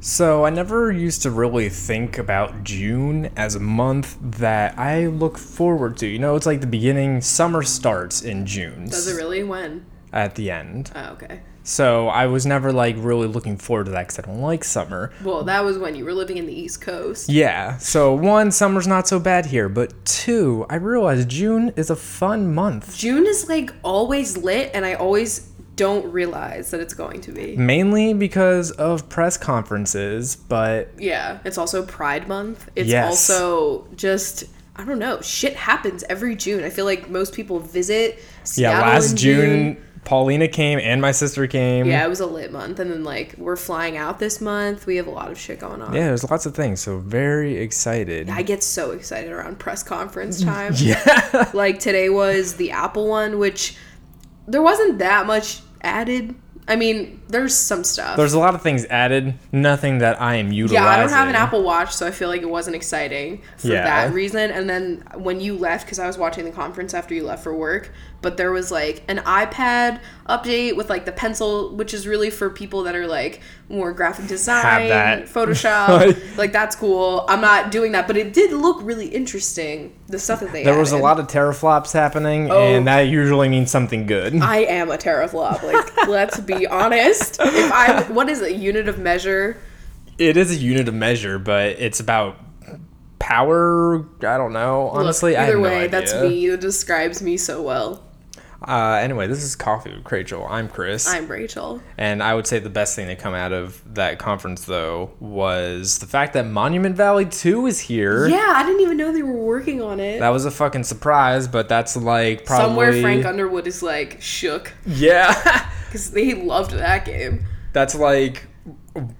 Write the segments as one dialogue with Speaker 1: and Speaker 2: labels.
Speaker 1: So I never used to really think about June as a month that I look forward to. You know, it's like the beginning. Summer starts in June.
Speaker 2: Does Oh, it really? When?
Speaker 1: At the end.
Speaker 2: Oh, okay.
Speaker 1: So I was never like really looking forward to that because I don't like summer.
Speaker 2: Well, that was when you were living in the East Coast.
Speaker 1: Yeah. So one, summer's not so bad here, but two, I realized June is a fun month.
Speaker 2: June is like always lit, and I always don't realize that it's going to be.
Speaker 1: Mainly because of press conferences, but
Speaker 2: Yeah. It's also Pride Month. It's
Speaker 1: Yes.
Speaker 2: also just I don't know. Shit happens every June. I feel like most people visit.
Speaker 1: yeah,
Speaker 2: Seattle in
Speaker 1: last June, Mm-hmm. Paulina came and my sister came.
Speaker 2: Yeah, it was a lit month, and then like we're flying out this month. We have a lot of shit going on.
Speaker 1: Yeah, there's lots of things. So very excited.
Speaker 2: I get so excited around press conference time.
Speaker 1: Yeah.
Speaker 2: Like today was the Apple one, which there wasn't that much added. I mean, there's some stuff.
Speaker 1: There's a lot of things added, nothing that I am utilizing.
Speaker 2: yeah, I don't have an Apple Watch, so I feel like it wasn't exciting for
Speaker 1: Yeah.
Speaker 2: that reason. And then when you left, because I was watching the conference after you left for work, but there was like an iPad update with like the pencil, which is really for people that are like more graphic design,
Speaker 1: that.
Speaker 2: Photoshop. like that's cool. I'm not doing that, but it did look really interesting. The stuff that they
Speaker 1: There was a
Speaker 2: added. Oh.
Speaker 1: lot of teraflops happening, and that usually means something good.
Speaker 2: I am a teraflop. Like, let's be honest. If I, what is a unit of measure?
Speaker 1: It is a unit of measure, but it's about power. I don't know. Honestly,
Speaker 2: Look,
Speaker 1: I
Speaker 2: either
Speaker 1: have no
Speaker 2: way,
Speaker 1: idea.
Speaker 2: that's me. That describes me so well.
Speaker 1: Uh, anyway, this is Coffee with Rachel. I'm Chris,
Speaker 2: I'm Rachel.
Speaker 1: and I would say the best thing to come out of that conference though was the fact that Monument Valley Two is here.
Speaker 2: Yeah, I didn't even know they were working on it.
Speaker 1: That was a fucking surprise, but that's like probably
Speaker 2: Somewhere Frank Underwood is like shook
Speaker 1: Yeah.
Speaker 2: because they loved that game.
Speaker 1: That's like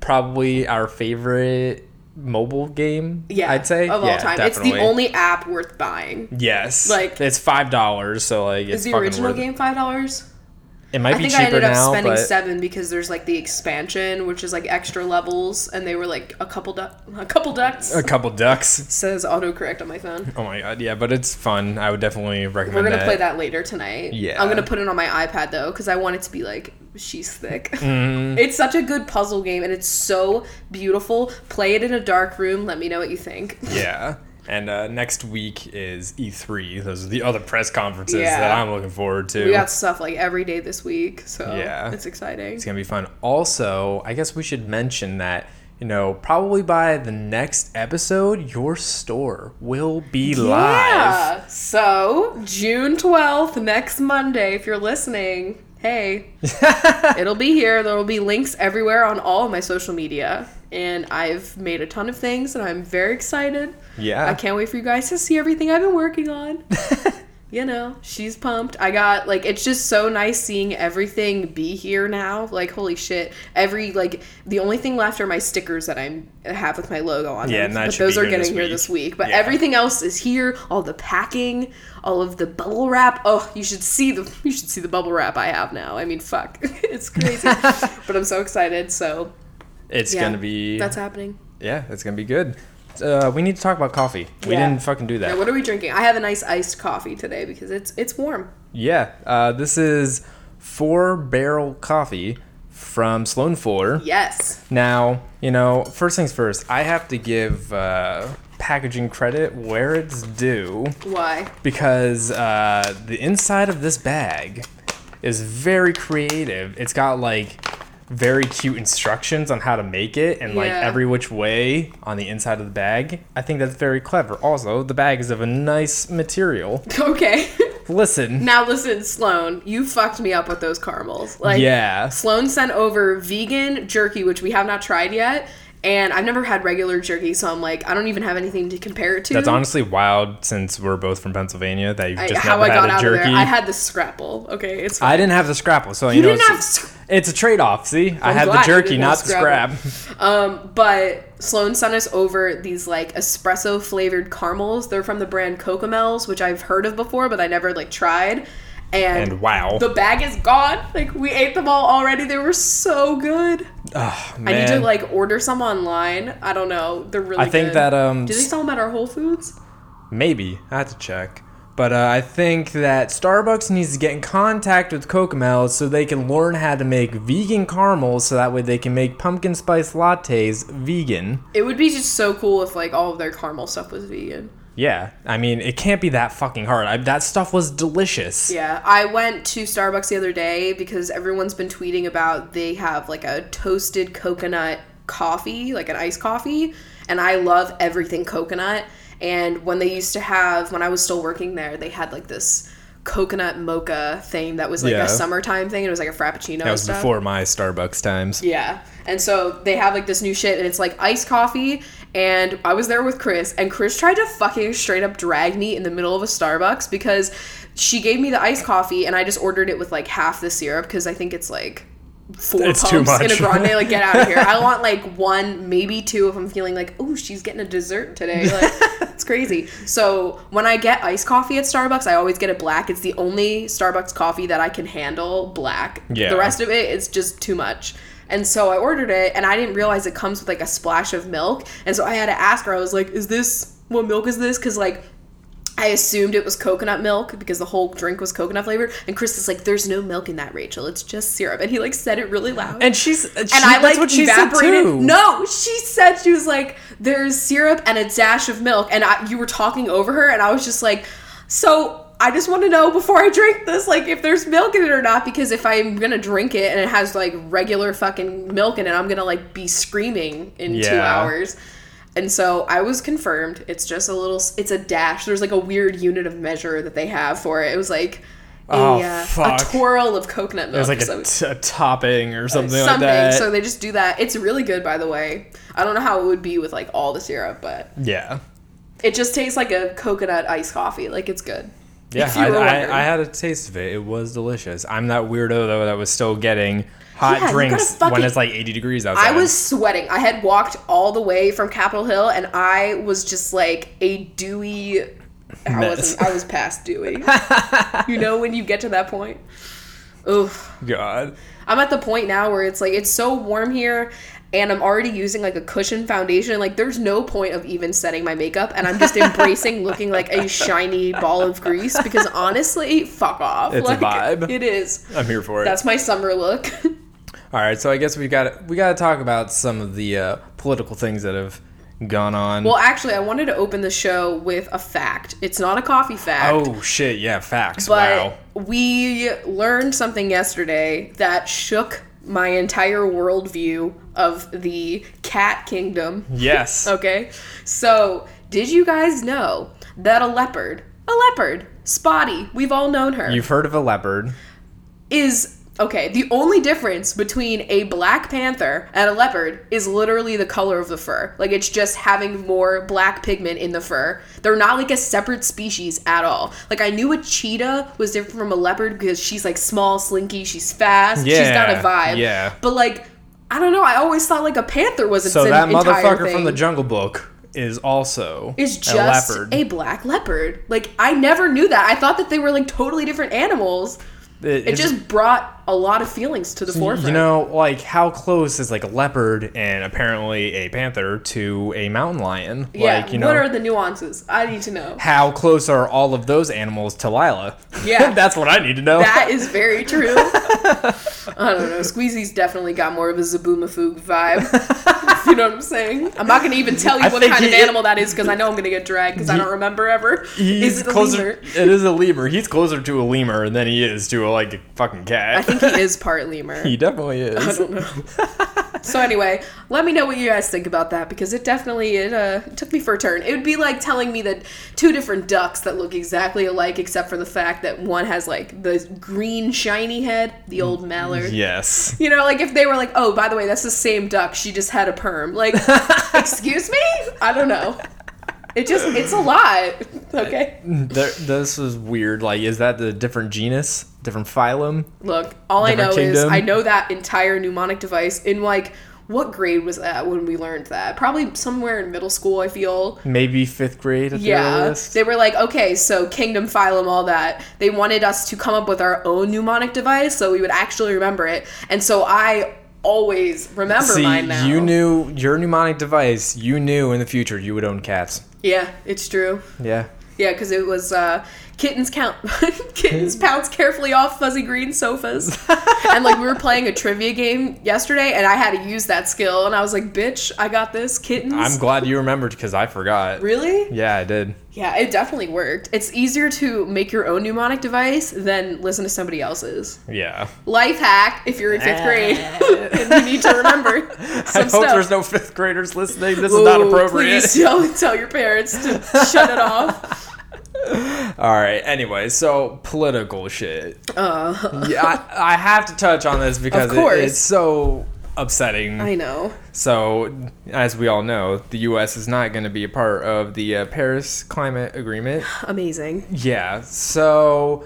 Speaker 1: probably our favorite mobile game.
Speaker 2: Yeah,
Speaker 1: I'd say
Speaker 2: of all
Speaker 1: Yeah,
Speaker 2: time, it's
Speaker 1: definitely.
Speaker 2: the only app worth buying.
Speaker 1: Yes,
Speaker 2: like-
Speaker 1: it's five dollars, so like it's
Speaker 2: Is the
Speaker 1: fucking
Speaker 2: original
Speaker 1: worth it.
Speaker 2: game five dollars?
Speaker 1: It might
Speaker 2: I
Speaker 1: be
Speaker 2: think
Speaker 1: cheaper
Speaker 2: I ended up
Speaker 1: now,
Speaker 2: spending
Speaker 1: but
Speaker 2: seven because there's like the expansion, which is like extra levels, and they were like a couple duck, a couple ducks.
Speaker 1: a couple ducks.
Speaker 2: says autocorrect on my phone.
Speaker 1: Oh my god, yeah, but it's fun. I would definitely recommend.
Speaker 2: We're gonna
Speaker 1: that.
Speaker 2: play that later tonight.
Speaker 1: Yeah.
Speaker 2: I'm gonna put it on my iPad though, because I want it to be like she's thick.
Speaker 1: Mm-hmm.
Speaker 2: It's such a good puzzle game and it's so beautiful. Play it in a dark room. Let me know what you think.
Speaker 1: Yeah. And uh, next week is E3. Those are the other press conferences
Speaker 2: Yeah.
Speaker 1: that I'm looking forward to.
Speaker 2: We got stuff like every day this week, so
Speaker 1: Yeah.
Speaker 2: it's exciting.
Speaker 1: It's gonna be fun. Also, I guess we should mention that you know probably by the next episode, your store will be live.
Speaker 2: Yeah. So June twelfth, next Monday, if you're listening, hey, it'll be here. There will be links everywhere on all of my social media, and I've made a ton of things, and I'm very excited.
Speaker 1: Yeah.
Speaker 2: I can't wait for you guys to see everything I've been working on. you know, she's pumped. I got like it's just so nice seeing everything be here now. Like holy shit, every like the only thing left are my stickers that I'm have with my logo on
Speaker 1: Yeah,
Speaker 2: them.
Speaker 1: and that
Speaker 2: but
Speaker 1: should
Speaker 2: those
Speaker 1: be
Speaker 2: are
Speaker 1: here
Speaker 2: getting
Speaker 1: this
Speaker 2: here
Speaker 1: week.
Speaker 2: this week. But
Speaker 1: Yeah.
Speaker 2: everything else is here. All the packing, all of the bubble wrap. Oh, you should see the you should see the bubble wrap I have now. I mean, fuck, it's crazy. but I'm so excited. So
Speaker 1: It's
Speaker 2: yeah,
Speaker 1: gonna be
Speaker 2: that's happening.
Speaker 1: yeah, it's gonna be good. Uh, we need to talk about coffee. We
Speaker 2: Yeah.
Speaker 1: didn't fucking do that.
Speaker 2: Now, what are we drinking? I have a nice iced coffee today because it's it's warm.
Speaker 1: Yeah, uh, this is Four Barrel Coffee from Sloan Fuller.
Speaker 2: Yes.
Speaker 1: Now, you know, first things first, I have to give uh, packaging credit where it's due
Speaker 2: Why?
Speaker 1: because uh, the inside of this bag is very creative. It's got like very cute instructions on how to make it and like
Speaker 2: Yeah.
Speaker 1: every which way on the inside of the bag. I think that's very clever. Also, the bag is of a nice material.
Speaker 2: Okay.
Speaker 1: Listen.
Speaker 2: now listen, Sloan, you fucked me up with those caramels. Like
Speaker 1: yeah.
Speaker 2: Sloan sent over vegan jerky, which we have not tried yet. And I've never had regular jerky, so I'm like, I don't even have anything to compare it to.
Speaker 1: That's honestly wild since we're both from Pennsylvania that you've
Speaker 2: I-
Speaker 1: just
Speaker 2: how
Speaker 1: never
Speaker 2: I got
Speaker 1: had a
Speaker 2: out
Speaker 1: jerky.
Speaker 2: of there. I had the scrapple. Okay, it's fine.
Speaker 1: I didn't have the scrapple, so you,
Speaker 2: You
Speaker 1: know
Speaker 2: didn't have
Speaker 1: it's, it's a trade off. See, i had the
Speaker 2: glad you
Speaker 1: jerky,
Speaker 2: didn't have
Speaker 1: not the scrap.
Speaker 2: Scrabble. Um, but Sloan sent us over these like espresso flavored caramels. They're from the brand Cocomels, which I've heard of before, but I never like tried. And,
Speaker 1: And wow.
Speaker 2: the bag is gone. Like we ate them all already. They were so good.
Speaker 1: Ugh,
Speaker 2: I need to
Speaker 1: man.
Speaker 2: like order some online. I don't know. They're really.
Speaker 1: I think
Speaker 2: good.
Speaker 1: that um
Speaker 2: Do they sell them at our Whole Foods?
Speaker 1: maybe I have to check, But uh, I think that Starbucks needs to get in contact with Cocomel so they can learn how to make vegan caramels so that way they can make pumpkin spice lattes vegan.
Speaker 2: It would be just so cool if like all of their caramel stuff was vegan.
Speaker 1: Yeah, I mean, it can't be that fucking hard. I, that stuff was delicious.
Speaker 2: Yeah, I went to Starbucks the other day because everyone's been tweeting about they have like a toasted coconut coffee, like an iced coffee, and I love everything coconut. And when they used to have, when I was still working there, they had like this coconut mocha thing that was like
Speaker 1: Yeah.
Speaker 2: a summertime thing. It was like a frappuccino.
Speaker 1: That
Speaker 2: and
Speaker 1: was
Speaker 2: stuff.
Speaker 1: before my Starbucks times.
Speaker 2: Yeah. And so they have like this new shit and it's like iced coffee. And I was there with Chris and Chris tried to fucking straight up drag me in the middle of a Starbucks because she gave me the iced coffee and I just ordered it with like half the syrup because I think it's like four
Speaker 1: It's too
Speaker 2: pumps in a
Speaker 1: much.
Speaker 2: grande. Like, get out of here. I want like one, maybe two if I'm feeling like, oh, she's getting a dessert today. Like, it's crazy. So when I get iced coffee at Starbucks, I always get it black. It's the only Starbucks coffee that I can handle black.
Speaker 1: Yeah.
Speaker 2: The rest of it is just too much. And so I ordered it and I didn't realize it comes with like a splash of milk. And so I had to ask her, I was like, is this, what milk is this? Because like, I assumed it was coconut milk because the whole drink was coconut flavored. And Chris is like, there's no milk in that, Rachel. It's just syrup. And he like said it really loud.
Speaker 1: And she's she, and
Speaker 2: And I
Speaker 1: that's
Speaker 2: like
Speaker 1: what she said
Speaker 2: evaporated.
Speaker 1: too.
Speaker 2: No, she said she was like, "There's syrup and a dash of milk," and I, you were talking over her, and I was just like, "So I just want to know before I drink this, like if there's milk in it or not, because if I'm gonna drink it and it has like regular fucking milk in it, I'm gonna like be screaming in two
Speaker 1: Yeah.
Speaker 2: hours." And so I was confirmed. It's just a little. s- It's a dash. There's like a weird unit of measure that they have for it. It was like. A,
Speaker 1: Oh,
Speaker 2: uh,
Speaker 1: fuck.
Speaker 2: a twirl of coconut milk.
Speaker 1: It was like
Speaker 2: or something
Speaker 1: a, t- a topping or something, like
Speaker 2: something.
Speaker 1: that.
Speaker 2: So they just do that. It's really good, by the way. I don't know how it would be with like all the syrup, but
Speaker 1: yeah.
Speaker 2: it just tastes like a coconut iced coffee. Like it's good.
Speaker 1: Yeah,
Speaker 2: If you
Speaker 1: I,
Speaker 2: were wondering.
Speaker 1: I, I had a taste of it. It was delicious. I'm that weirdo though that was still getting hot
Speaker 2: Yeah, you
Speaker 1: drinks
Speaker 2: gotta
Speaker 1: when
Speaker 2: fucking-
Speaker 1: it's like 80 degrees outside.
Speaker 2: I was sweating. I had walked all the way from Capitol Hill, and I was just like a dewy. I
Speaker 1: Mess.
Speaker 2: wasn't. I was past dewy. you know when you get to that point. Oof.
Speaker 1: God.
Speaker 2: I'm at the point now where it's like it's so warm here and I'm already using like a cushion foundation. Like there's no point of even setting my makeup and I'm just embracing looking like a shiny ball of grease because honestly, fuck off.
Speaker 1: It's a
Speaker 2: like,
Speaker 1: vibe.
Speaker 2: It is.
Speaker 1: I'm here for it.
Speaker 2: That's my summer look.
Speaker 1: All right, so I guess we got we got to talk about some of the uh, political things that have gone on.
Speaker 2: well, actually, I wanted to open the show with a fact. It's not a coffee fact.
Speaker 1: oh shit, yeah, facts.
Speaker 2: But
Speaker 1: wow.
Speaker 2: we learned something yesterday that shook my entire worldview of the cat kingdom.
Speaker 1: Yes.
Speaker 2: Okay. So, did you guys know that a leopard, a leopard, Spotty, we've all known her,
Speaker 1: You've heard of a leopard.
Speaker 2: is okay. The only difference between a black panther and a leopard is literally the color of the fur. Like, it's just having more black pigment in the fur. They're not like a separate species at all. Like, I knew a cheetah was different from a leopard because she's like small, slinky, she's fast, she's got
Speaker 1: Yeah,
Speaker 2: a vibe.
Speaker 1: yeah.
Speaker 2: But, like, I don't know. I always thought like a panther was its
Speaker 1: So
Speaker 2: en-
Speaker 1: that
Speaker 2: entire
Speaker 1: motherfucker
Speaker 2: thing.
Speaker 1: from the Jungle Book is also
Speaker 2: is just
Speaker 1: a
Speaker 2: a,
Speaker 1: leopard.
Speaker 2: black leopard. Like I never knew that. I thought that they were like totally different animals.
Speaker 1: It-
Speaker 2: It
Speaker 1: it's-
Speaker 2: just brought a lot of feelings to the forefront.
Speaker 1: You know, like how close is like a leopard and apparently a panther to a mountain lion?
Speaker 2: yeah.
Speaker 1: like, you know,
Speaker 2: what are the nuances? I need to know.
Speaker 1: how close are all of those animals to Lila?
Speaker 2: Yeah.
Speaker 1: that's what I need to know.
Speaker 2: That is very true. I don't know. Squeezy's definitely got more of a Zaboomafoo vibe. you know what I'm saying? I'm not going to even tell you
Speaker 1: I
Speaker 2: what
Speaker 1: think
Speaker 2: kind of
Speaker 1: he-
Speaker 2: animal that is because I know I'm going to get dragged because I don't remember ever.
Speaker 1: He's
Speaker 2: Is it a
Speaker 1: closer.
Speaker 2: lemur?
Speaker 1: It is a lemur. He's closer to a lemur than he is to a like a fucking cat.
Speaker 2: I think he is part lemur.
Speaker 1: he definitely
Speaker 2: I
Speaker 1: is.
Speaker 2: don't know. so anyway, let me know what you guys think about that because it definitely it uh took me for a turn. It would be like telling me that two different ducks that look exactly alike except for the fact that one has like the green shiny head, the old mallard.
Speaker 1: Yes.
Speaker 2: You know, like if they were like, "Oh, by the way, that's the same duck. She just had a perm." Like, excuse me? I don't know. It just it's a lot. Okay.
Speaker 1: There, this is weird. Like, is that the different genus, different phylum?
Speaker 2: Look, all I know
Speaker 1: Different
Speaker 2: is
Speaker 1: kingdom.
Speaker 2: I know that entire mnemonic device in like what grade was that when we learned that? Probably somewhere in middle school, I feel.
Speaker 1: Maybe fifth grade at the
Speaker 2: Yeah.
Speaker 1: earliest.
Speaker 2: They were like, okay, so kingdom, phylum, all that. They wanted us to come up with our own mnemonic device so we would actually remember it. And so I always remember mine now.
Speaker 1: you knew your mnemonic device. You knew in the future you would own cats.
Speaker 2: Yeah, it's true.
Speaker 1: Yeah.
Speaker 2: Yeah, because it was uh, kittens count kittens pounce carefully off fuzzy green sofas, and like we were playing a trivia game yesterday, and I had to use that skill, and I was like, "Bitch, I got this." Kittens.
Speaker 1: I'm glad you remembered because I forgot.
Speaker 2: really?
Speaker 1: Yeah, I did.
Speaker 2: Yeah, it definitely worked. It's easier to make your own mnemonic device than listen to somebody else's.
Speaker 1: Yeah.
Speaker 2: Life hack if you're in fifth grade and you need to remember
Speaker 1: I
Speaker 2: some
Speaker 1: hope
Speaker 2: stuff.
Speaker 1: there's no fifth graders listening. This is not
Speaker 2: Ooh,
Speaker 1: appropriate.
Speaker 2: Please don't tell your parents to shut it off.
Speaker 1: All right. Anyway, so political shit.
Speaker 2: Uh,
Speaker 1: Yeah, I, I have to touch on this because it-
Speaker 2: course.
Speaker 1: it's so upsetting.
Speaker 2: I know.
Speaker 1: So, as we all know, the U.S. is not going to be a part of the uh, Paris Climate Agreement.
Speaker 2: Amazing.
Speaker 1: Yeah. So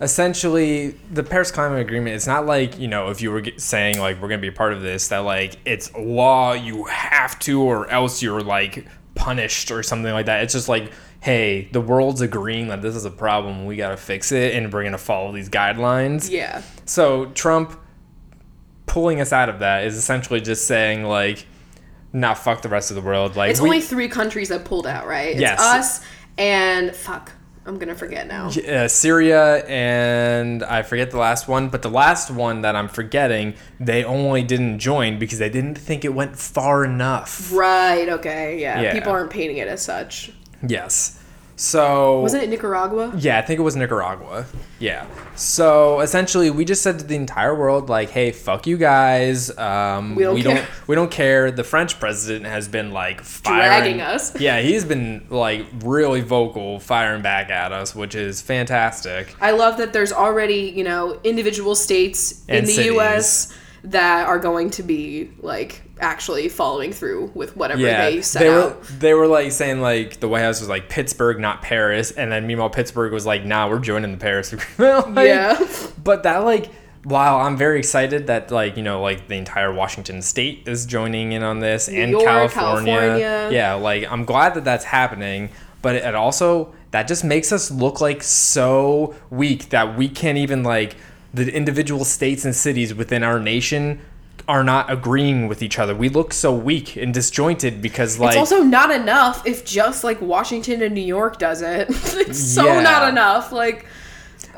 Speaker 1: essentially, the Paris Climate Agreement, it's not like, you know, if you were ge- saying, like, we're going to be a part of this, that, like, it's law, you have to, or else you're, like, punished or something like that. It's just like, hey, the world's agreeing that this is a problem. We got to fix it, and we're going to follow these guidelines.
Speaker 2: Yeah.
Speaker 1: So Trump pulling us out of that is essentially just saying, like, not fuck the rest of the world. Like,
Speaker 2: It's
Speaker 1: we-
Speaker 2: only three countries that pulled out, right? It's
Speaker 1: Yes.
Speaker 2: us and fuck. I'm gonna forget now.
Speaker 1: uh, Syria and I forget the last one, but the last one that I'm forgetting, they only didn't join because they didn't think it went far enough.
Speaker 2: Right, okay, yeah.
Speaker 1: Yeah.
Speaker 2: People aren't painting it as such.
Speaker 1: Yes. So
Speaker 2: Wasn't it Nicaragua?
Speaker 1: yeah, I think it was Nicaragua. Yeah. So essentially, we just said to the entire world, like, "Hey, fuck you guys. Um,
Speaker 2: We don't care."
Speaker 1: don't we don't care." The French president has been like firing
Speaker 2: Dragging us.
Speaker 1: Yeah, he's been like really vocal, firing back at us, which is fantastic.
Speaker 2: I love that there's already, you know, individual states in
Speaker 1: And
Speaker 2: the
Speaker 1: cities.
Speaker 2: US that are going to be like actually following through with whatever
Speaker 1: Yeah,
Speaker 2: they set
Speaker 1: were
Speaker 2: out.
Speaker 1: they were like saying like the White House was like Pittsburgh, not Paris, and then meanwhile Pittsburgh was like, "Nah, we're joining the Paris agreement." Like,
Speaker 2: Yeah.
Speaker 1: but that like wow i'm very excited that like you know like the entire washington state is joining in on this and
Speaker 2: York,
Speaker 1: california.
Speaker 2: California.
Speaker 1: yeah like i'm glad that that's happening but it also that just makes us look like so weak that we can't even like the individual states and cities within our nation are not agreeing with each other we look so weak and disjointed because like
Speaker 2: It's also not enough if just like Washington and New York does it. it's so
Speaker 1: Yeah.
Speaker 2: not enough. Like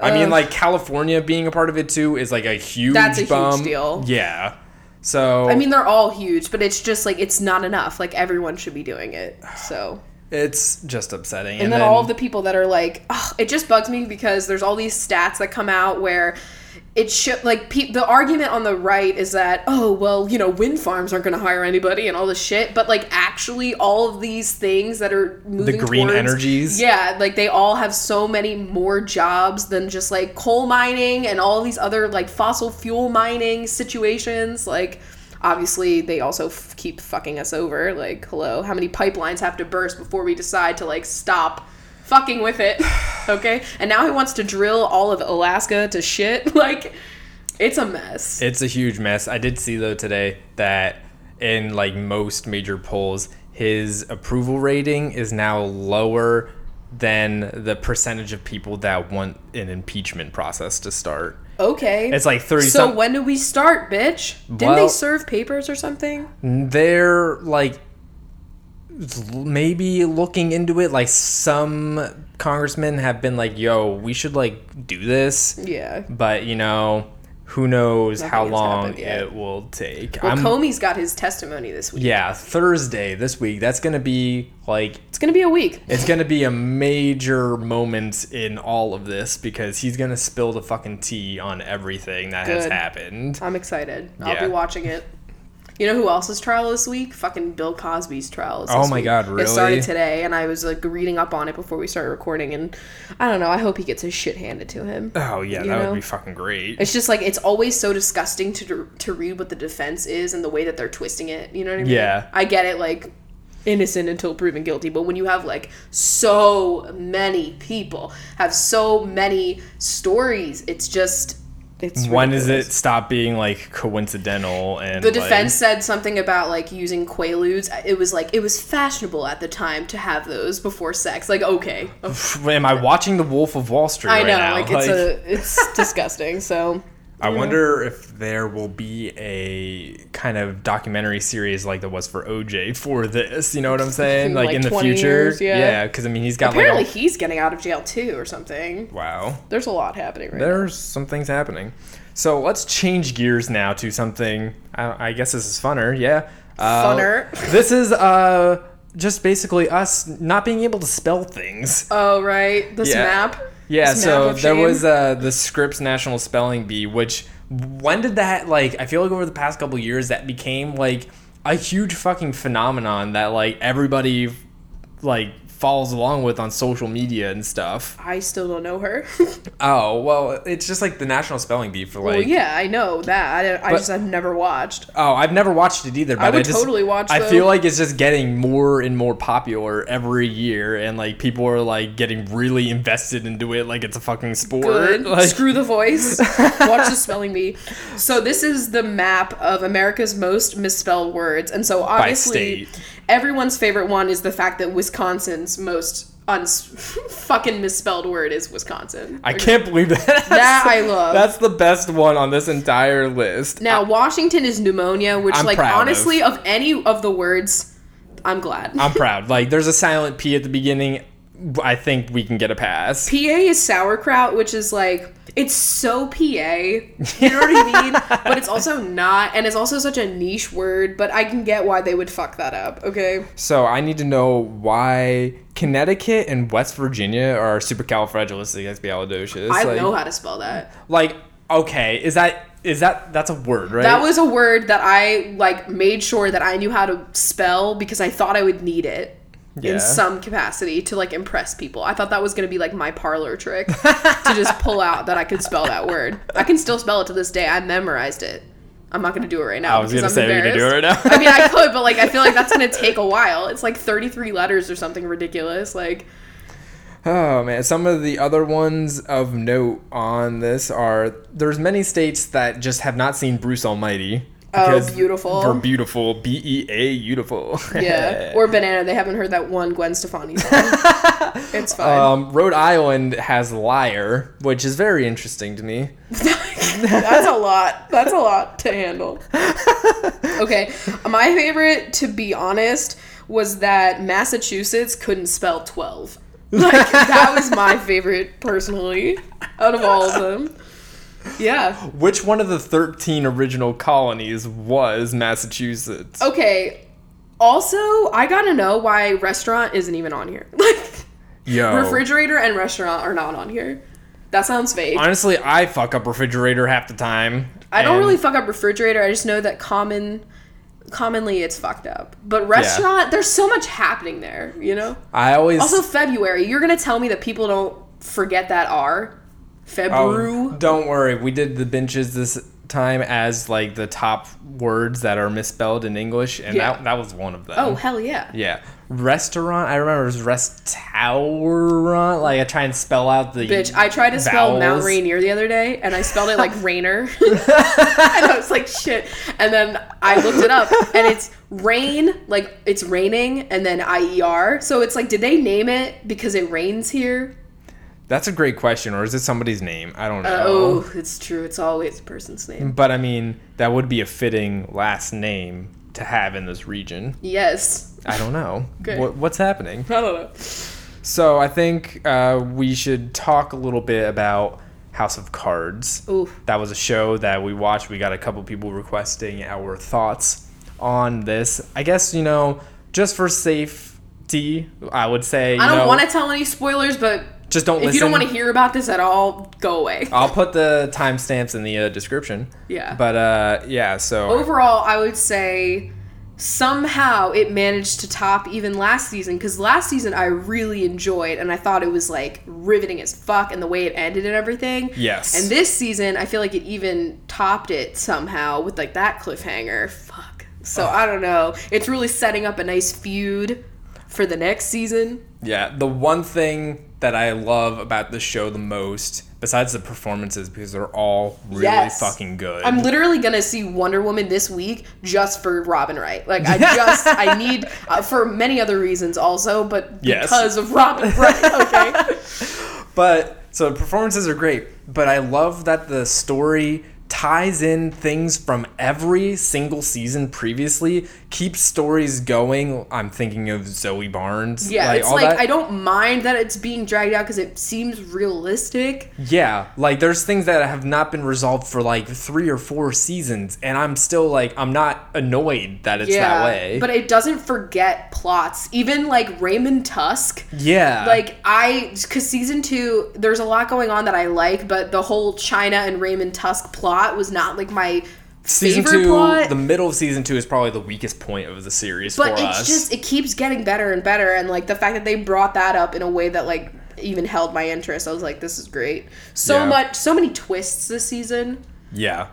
Speaker 1: I mean,
Speaker 2: Ugh.
Speaker 1: like California being a part of it too is like a huge.
Speaker 2: That's a huge
Speaker 1: bump.
Speaker 2: deal.
Speaker 1: Yeah. So
Speaker 2: I mean they're all huge, but it's just like it's not enough. Like everyone should be doing it. So
Speaker 1: it's just upsetting.
Speaker 2: and then, all of the people that are like, Ugh, it just bugs me because there's all these stats that come out where it should like pe- the argument on the right is that oh well you know wind farms aren't going to hire anybody and all this shit, but like actually all of these things that are moving
Speaker 1: green
Speaker 2: towards-
Speaker 1: energies.
Speaker 2: yeah, like they all have so many more jobs than just like coal mining and all these other like fossil fuel mining situations, like. Obviously, they also f- keep fucking us over. Like, hello, how many pipelines have to burst before we decide to like stop fucking with it. Okay? And now he wants to drill all of Alaska to shit. Like, it's a mess.
Speaker 1: it's a huge mess. I did see though today that in like most major polls, his approval rating is now lower than the percentage of people that want an impeachment process to start.
Speaker 2: okay.
Speaker 1: It's like thirty.
Speaker 2: so
Speaker 1: some-
Speaker 2: when do we start, bitch? Didn't they
Speaker 1: Well-
Speaker 2: serve papers or something?
Speaker 1: they're like maybe looking into it like some congressmen have been like yo we should like do this
Speaker 2: Yeah.
Speaker 1: but you know who knows how
Speaker 2: Nothing's
Speaker 1: long
Speaker 2: happened yet.
Speaker 1: it will take
Speaker 2: Well,
Speaker 1: I'm-
Speaker 2: Comey's got his testimony this week.
Speaker 1: yeah thursday this week that's gonna be like
Speaker 2: It's gonna be a week.
Speaker 1: it's gonna be a major moment in all of this because he's gonna spill the fucking tea on everything that has
Speaker 2: Good.
Speaker 1: happened
Speaker 2: I'm excited. I'll
Speaker 1: Yeah.
Speaker 2: be watching it. You know who else's trial this week? Fucking Bill Cosby's trial. is
Speaker 1: Oh
Speaker 2: this
Speaker 1: my
Speaker 2: week.
Speaker 1: God,
Speaker 2: It
Speaker 1: really?
Speaker 2: started today, and I was like reading up on it before we started recording, and I don't know. I hope he gets his shit handed to him.
Speaker 1: oh yeah
Speaker 2: You
Speaker 1: that
Speaker 2: know?
Speaker 1: would be fucking great
Speaker 2: It's just like it's always so disgusting to to read what the defense is and the way that they're twisting it. You know what I mean?
Speaker 1: Yeah.
Speaker 2: I get it, like innocent until proven guilty, but when you have like so many people have so many stories, it's just it's
Speaker 1: when does it
Speaker 2: ridiculous.
Speaker 1: stop being like coincidental and
Speaker 2: The
Speaker 1: like-
Speaker 2: defense said something about like using quaaludes. It was like it was fashionable at the time to have those before sex. Like okay,
Speaker 1: am i watching the wolf of wall street
Speaker 2: I
Speaker 1: right
Speaker 2: know,
Speaker 1: now
Speaker 2: like it's a it's disgusting. So
Speaker 1: I wonder if there will be a kind of documentary series like there was for OJ for this. You know what I'm saying?
Speaker 2: In,
Speaker 1: Like,
Speaker 2: like,
Speaker 1: in the
Speaker 2: 20
Speaker 1: future.
Speaker 2: years, yeah.
Speaker 1: because I mean, he's got
Speaker 2: Apparently,
Speaker 1: like
Speaker 2: he's getting out of jail too, or something.
Speaker 1: a, wow.
Speaker 2: There's a lot happening right now.
Speaker 1: There's some things happening. So let's change gears now to something. I, I guess this is funner. Yeah. Uh,
Speaker 2: Funner.
Speaker 1: this is uh just basically us not being able to spell things.
Speaker 2: Oh right, this
Speaker 1: Yeah.
Speaker 2: map.
Speaker 1: Yeah,
Speaker 2: This
Speaker 1: so
Speaker 2: map of
Speaker 1: there
Speaker 2: shame.
Speaker 1: was uh, the Scripps National Spelling Bee, which when did that like? I feel like over the past couple years that became like a huge fucking phenomenon that like everybody like follows along with on social media and stuff.
Speaker 2: I still don't know her.
Speaker 1: Oh well, it's just like the National Spelling Bee for like.
Speaker 2: well, yeah, I know that. I, I
Speaker 1: But-
Speaker 2: just have never watched.
Speaker 1: Oh, I've never watched it either. But
Speaker 2: would
Speaker 1: just,
Speaker 2: totally watch
Speaker 1: I
Speaker 2: those.
Speaker 1: feel like it's just getting more and more popular every year, and like people are like getting really invested into it, like it's a fucking sport.
Speaker 2: Good.
Speaker 1: Like,
Speaker 2: Screw the voice. Watch the spelling bee. So this is the map of America's most misspelled words, and so obviously,
Speaker 1: state.
Speaker 2: everyone's favorite one is the fact that Wisconsin's most uns fucking misspelled word is Wisconsin.
Speaker 1: I can't believe that.
Speaker 2: That I love.
Speaker 1: That's the best one on this entire list.
Speaker 2: Now Washington is pneumonia, which
Speaker 1: I'm
Speaker 2: like
Speaker 1: proud of.
Speaker 2: honestly of. any of the words, I'm glad.
Speaker 1: I'm proud. Like, there's a silent P at the beginning. I think we can get a pass.
Speaker 2: PA is sauerkraut, which is like it's so PA. You know what I mean? But it's also not, and it's also such a niche word. But I can get why they would fuck that up. Okay,
Speaker 1: So I need to know why Connecticut and West Virginia are supercalifragilisticexpialidocious.
Speaker 2: I
Speaker 1: like,
Speaker 2: know how to spell that.
Speaker 1: Like, okay, is that is that that's a word, right?
Speaker 2: That was a word that I like made sure that I knew how to spell because I thought I would need it.
Speaker 1: Yeah.
Speaker 2: In some capacity to like impress people. I thought that was gonna be like my parlor trick to just pull out that I could spell that word. I can still spell it to this day. I memorized it. I'm not gonna do it right now.
Speaker 1: I was
Speaker 2: because
Speaker 1: gonna
Speaker 2: I'm
Speaker 1: say we're gonna do it right
Speaker 2: embarrassed.
Speaker 1: now.
Speaker 2: I mean, I could, but like, I feel like that's gonna take a while. It's like 33 letters or something ridiculous. Like,
Speaker 1: Oh man, some of the other ones of note on this are there's many states that just have not seen Bruce Almighty.
Speaker 2: Oh,
Speaker 1: because
Speaker 2: beautiful.
Speaker 1: For beautiful, B E A, beautiful.
Speaker 2: yeah. Or banana. They haven't heard that one Gwen Stefani song. it's fine.
Speaker 1: Um, Rhode Island has liar, which is very interesting to me.
Speaker 2: That's a lot. That's a lot to handle. Okay. My favorite, to be honest, was that Massachusetts couldn't spell 12. Like, that was my favorite, personally, out of all of them. Yeah.
Speaker 1: Which one of the 13 original colonies was Massachusetts?
Speaker 2: Oh, Okay. Also, I gotta know why restaurant isn't even on here. Like,
Speaker 1: Yo.
Speaker 2: refrigerator and restaurant are not on here. That sounds fake.
Speaker 1: Honestly, I fuck up refrigerator half the time.
Speaker 2: I don't
Speaker 1: and-
Speaker 2: really fuck up refrigerator. I just know that common, commonly it's fucked up. But restaurant, there's so much happening there. You know.
Speaker 1: I always.
Speaker 2: Also February, you're gonna tell me that people don't forget that R,
Speaker 1: Oh,
Speaker 2: Febru.
Speaker 1: don't worry. We did the benches this time as like the top words that are misspelled in English, and
Speaker 2: Yeah.
Speaker 1: that, that was one of them.
Speaker 2: Oh, hell yeah.
Speaker 1: Yeah. Restaurant. I remember it was restaurant. Like I try and spell out the
Speaker 2: Bitch, I tried to spell Mount
Speaker 1: vowels.
Speaker 2: Rainier the other day, and I spelled it like Rainer. and I was like, shit. And then I looked it up, and it's rain, like it's raining, and then I E R. So it's like, did they name it because it rains here?
Speaker 1: That's a great question, or is it somebody's name? I don't know.
Speaker 2: Oh, it's true. It's always a person's name.
Speaker 1: But I mean, that would be a fitting last name to have in this region.
Speaker 2: Yes.
Speaker 1: I don't know.
Speaker 2: Good.
Speaker 1: What, what's happening?
Speaker 2: I don't know.
Speaker 1: So I think uh, we should talk a little bit about House of Cards.
Speaker 2: Ooh.
Speaker 1: That was a show that we watched. We got a couple people requesting our thoughts on this. I guess, you know, just for safety, I would say.
Speaker 2: I don't
Speaker 1: no,
Speaker 2: want to tell any spoilers, but
Speaker 1: Just don't
Speaker 2: if
Speaker 1: listen.
Speaker 2: you don't want to hear about this at all, go away.
Speaker 1: I'll put the timestamps in the uh, description.
Speaker 2: Yeah.
Speaker 1: But uh, yeah, so.
Speaker 2: Overall, I would say somehow it managed to top even last season because last season I really enjoyed and I thought it was like riveting as fuck and the way it ended and everything.
Speaker 1: Yes.
Speaker 2: And this season, I feel like it even topped it somehow with like that cliffhanger. Fuck. So I don't know. It's really setting up a nice feud for the next season.
Speaker 1: Yeah, the one thing that I love about the show the most, besides the performances, because they're all really
Speaker 2: Yes.
Speaker 1: fucking good.
Speaker 2: I'm literally gonna see Wonder Woman this week just for Robin Wright. Like I just I need uh, for many other reasons also, but
Speaker 1: Yes.
Speaker 2: because of Robin Wright. Okay.
Speaker 1: but so the performances are great, but I love that the story ties in things from every single season previously, keeps stories going. I'm thinking of Zoe Barnes.
Speaker 2: Yeah, it's
Speaker 1: all
Speaker 2: like
Speaker 1: that.
Speaker 2: I don't mind that it's being dragged out because it seems realistic.
Speaker 1: Yeah, like there's things that have not been resolved for like three or four seasons, and I'm still like I'm not annoyed that it's that way.
Speaker 2: but it doesn't forget plots. Even like Raymond Tusk,
Speaker 1: yeah,
Speaker 2: like I, because season two, there's a lot going on that I like, but the whole China and Raymond Tusk plot was not like my
Speaker 1: season
Speaker 2: favorite
Speaker 1: two,
Speaker 2: plot.
Speaker 1: the middle of season two is probably the weakest point of the series
Speaker 2: but
Speaker 1: for
Speaker 2: it's
Speaker 1: us.
Speaker 2: just it keeps getting better and better, and like the fact that they brought that up in a way that like even held my interest. I was like, this is great. So
Speaker 1: Yeah.
Speaker 2: much, so many twists this season.
Speaker 1: yeah,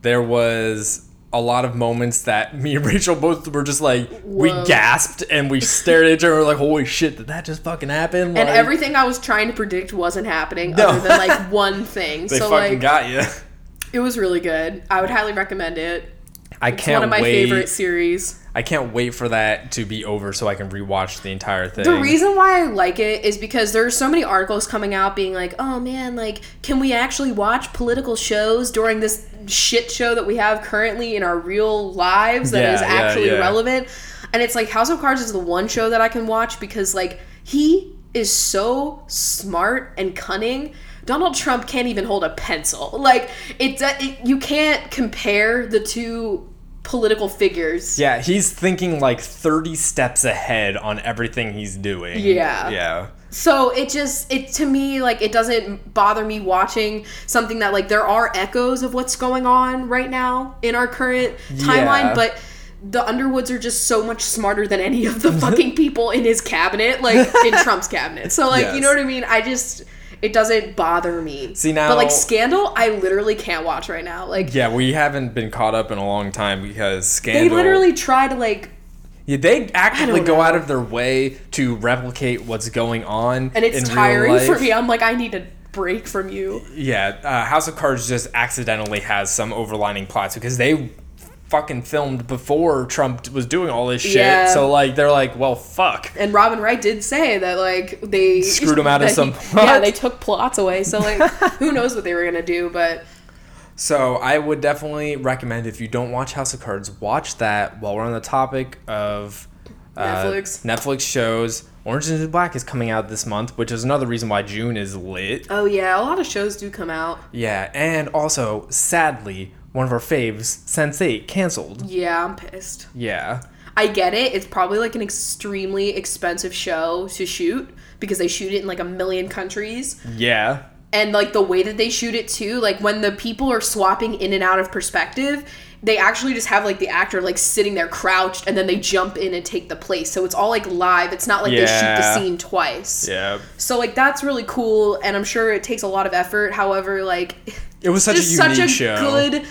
Speaker 1: there was a lot of moments that me and Rachel both were just like
Speaker 2: Whoa.
Speaker 1: we gasped and we stared at each other like holy shit did that just fucking happen?
Speaker 2: And
Speaker 1: Like,
Speaker 2: everything I was trying to predict wasn't happening,
Speaker 1: No.
Speaker 2: other than like one thing.
Speaker 1: they
Speaker 2: so
Speaker 1: fucking
Speaker 2: like,
Speaker 1: got you.
Speaker 2: it was really good. I would highly recommend it.
Speaker 1: I
Speaker 2: It's one
Speaker 1: can't
Speaker 2: of my
Speaker 1: wait.
Speaker 2: favorite series.
Speaker 1: I can't wait for that to be over so I can rewatch the entire thing.
Speaker 2: The reason why I like it is because there's so many articles coming out being like, "Oh man, like can we actually watch political shows during this shit show that we have currently in our real lives that
Speaker 1: Yeah,
Speaker 2: is
Speaker 1: yeah,
Speaker 2: actually
Speaker 1: yeah.
Speaker 2: relevant?" And it's like House of Cards is the one show that I can watch because like he is so smart and cunning. Donald Trump can't even hold a pencil. Like it, it you can't compare the two political figures.
Speaker 1: Yeah, he's thinking like 30 steps ahead on everything he's doing.
Speaker 2: Yeah.
Speaker 1: Yeah.
Speaker 2: So it just it to me like it doesn't bother me watching something that like there are echoes of what's going on right now in our current timeline,
Speaker 1: Yeah.
Speaker 2: but the Underwoods are just so much smarter than any of the fucking people in his cabinet, like in Trump's cabinet. So like you know
Speaker 1: Yes.
Speaker 2: what I mean? I just it doesn't bother me.
Speaker 1: See, now-
Speaker 2: but like Scandal, I literally can't watch right now. Like
Speaker 1: Yeah, we haven't been caught up in a long time because
Speaker 2: they
Speaker 1: Scandal.
Speaker 2: literally try to like
Speaker 1: Yeah, they actively
Speaker 2: don't
Speaker 1: go
Speaker 2: know.
Speaker 1: out of their way to replicate what's going on.
Speaker 2: and it's
Speaker 1: in real
Speaker 2: tiring for
Speaker 1: life.
Speaker 2: me. I'm like I need a break from you.
Speaker 1: Yeah, uh, House of Cards just accidentally has some overlining plots because they fucking filmed before Trump was doing all this shit.
Speaker 2: Yeah.
Speaker 1: So, like, they're like, well, fuck.
Speaker 2: and Robin Wright did say that like they
Speaker 1: Screwed him out of
Speaker 2: that
Speaker 1: some
Speaker 2: he-
Speaker 1: plot.
Speaker 2: Yeah, they took plots away. So like, who knows what they were gonna do? But
Speaker 1: So I would definitely recommend if you don't watch House of Cards, watch that. While we're on the topic of uh,
Speaker 2: Netflix.
Speaker 1: Netflix shows, Orange is the New Black is coming out this month, which is another reason why June is lit.
Speaker 2: oh yeah, a lot of shows do come out.
Speaker 1: Yeah, and also sadly, one of our faves, Sense8, canceled.
Speaker 2: Yeah, I'm pissed.
Speaker 1: Yeah,
Speaker 2: I get it. It's probably like an extremely expensive show to shoot because they shoot it in like a million countries.
Speaker 1: yeah,
Speaker 2: and like the way that they shoot it too like when the people are swapping in and out of perspective they actually just have like the actor like sitting there crouched and then they jump in and take the place so it's all like live it's not like they shoot the
Speaker 1: Yeah.
Speaker 2: scene twice
Speaker 1: yeah.
Speaker 2: so like that's really cool and i'm sure it takes a lot of effort however like
Speaker 1: It was such a
Speaker 2: just
Speaker 1: unique
Speaker 2: such a
Speaker 1: show.
Speaker 2: good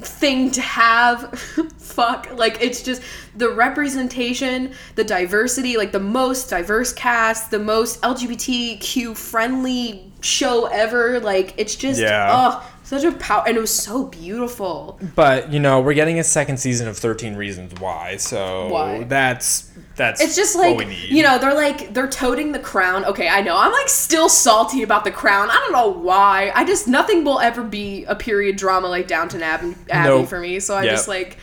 Speaker 2: thing to have fuck like it's just the representation the diversity like the most diverse cast the most lgbtq friendly show ever like it's just
Speaker 1: Yeah.
Speaker 2: oh such a power and it was so beautiful
Speaker 1: but you know, we're getting a second season of Thirteen Reasons Why, so
Speaker 2: Why?
Speaker 1: that's that's
Speaker 2: it's just
Speaker 1: what
Speaker 2: like
Speaker 1: we need.
Speaker 2: you know they're like they're toting the crown okay i know i'm like still salty about the crown i don't know why i just nothing will ever be a period drama like downton Ab- abbey
Speaker 1: Nope.
Speaker 2: for me so i
Speaker 1: Yep.
Speaker 2: just like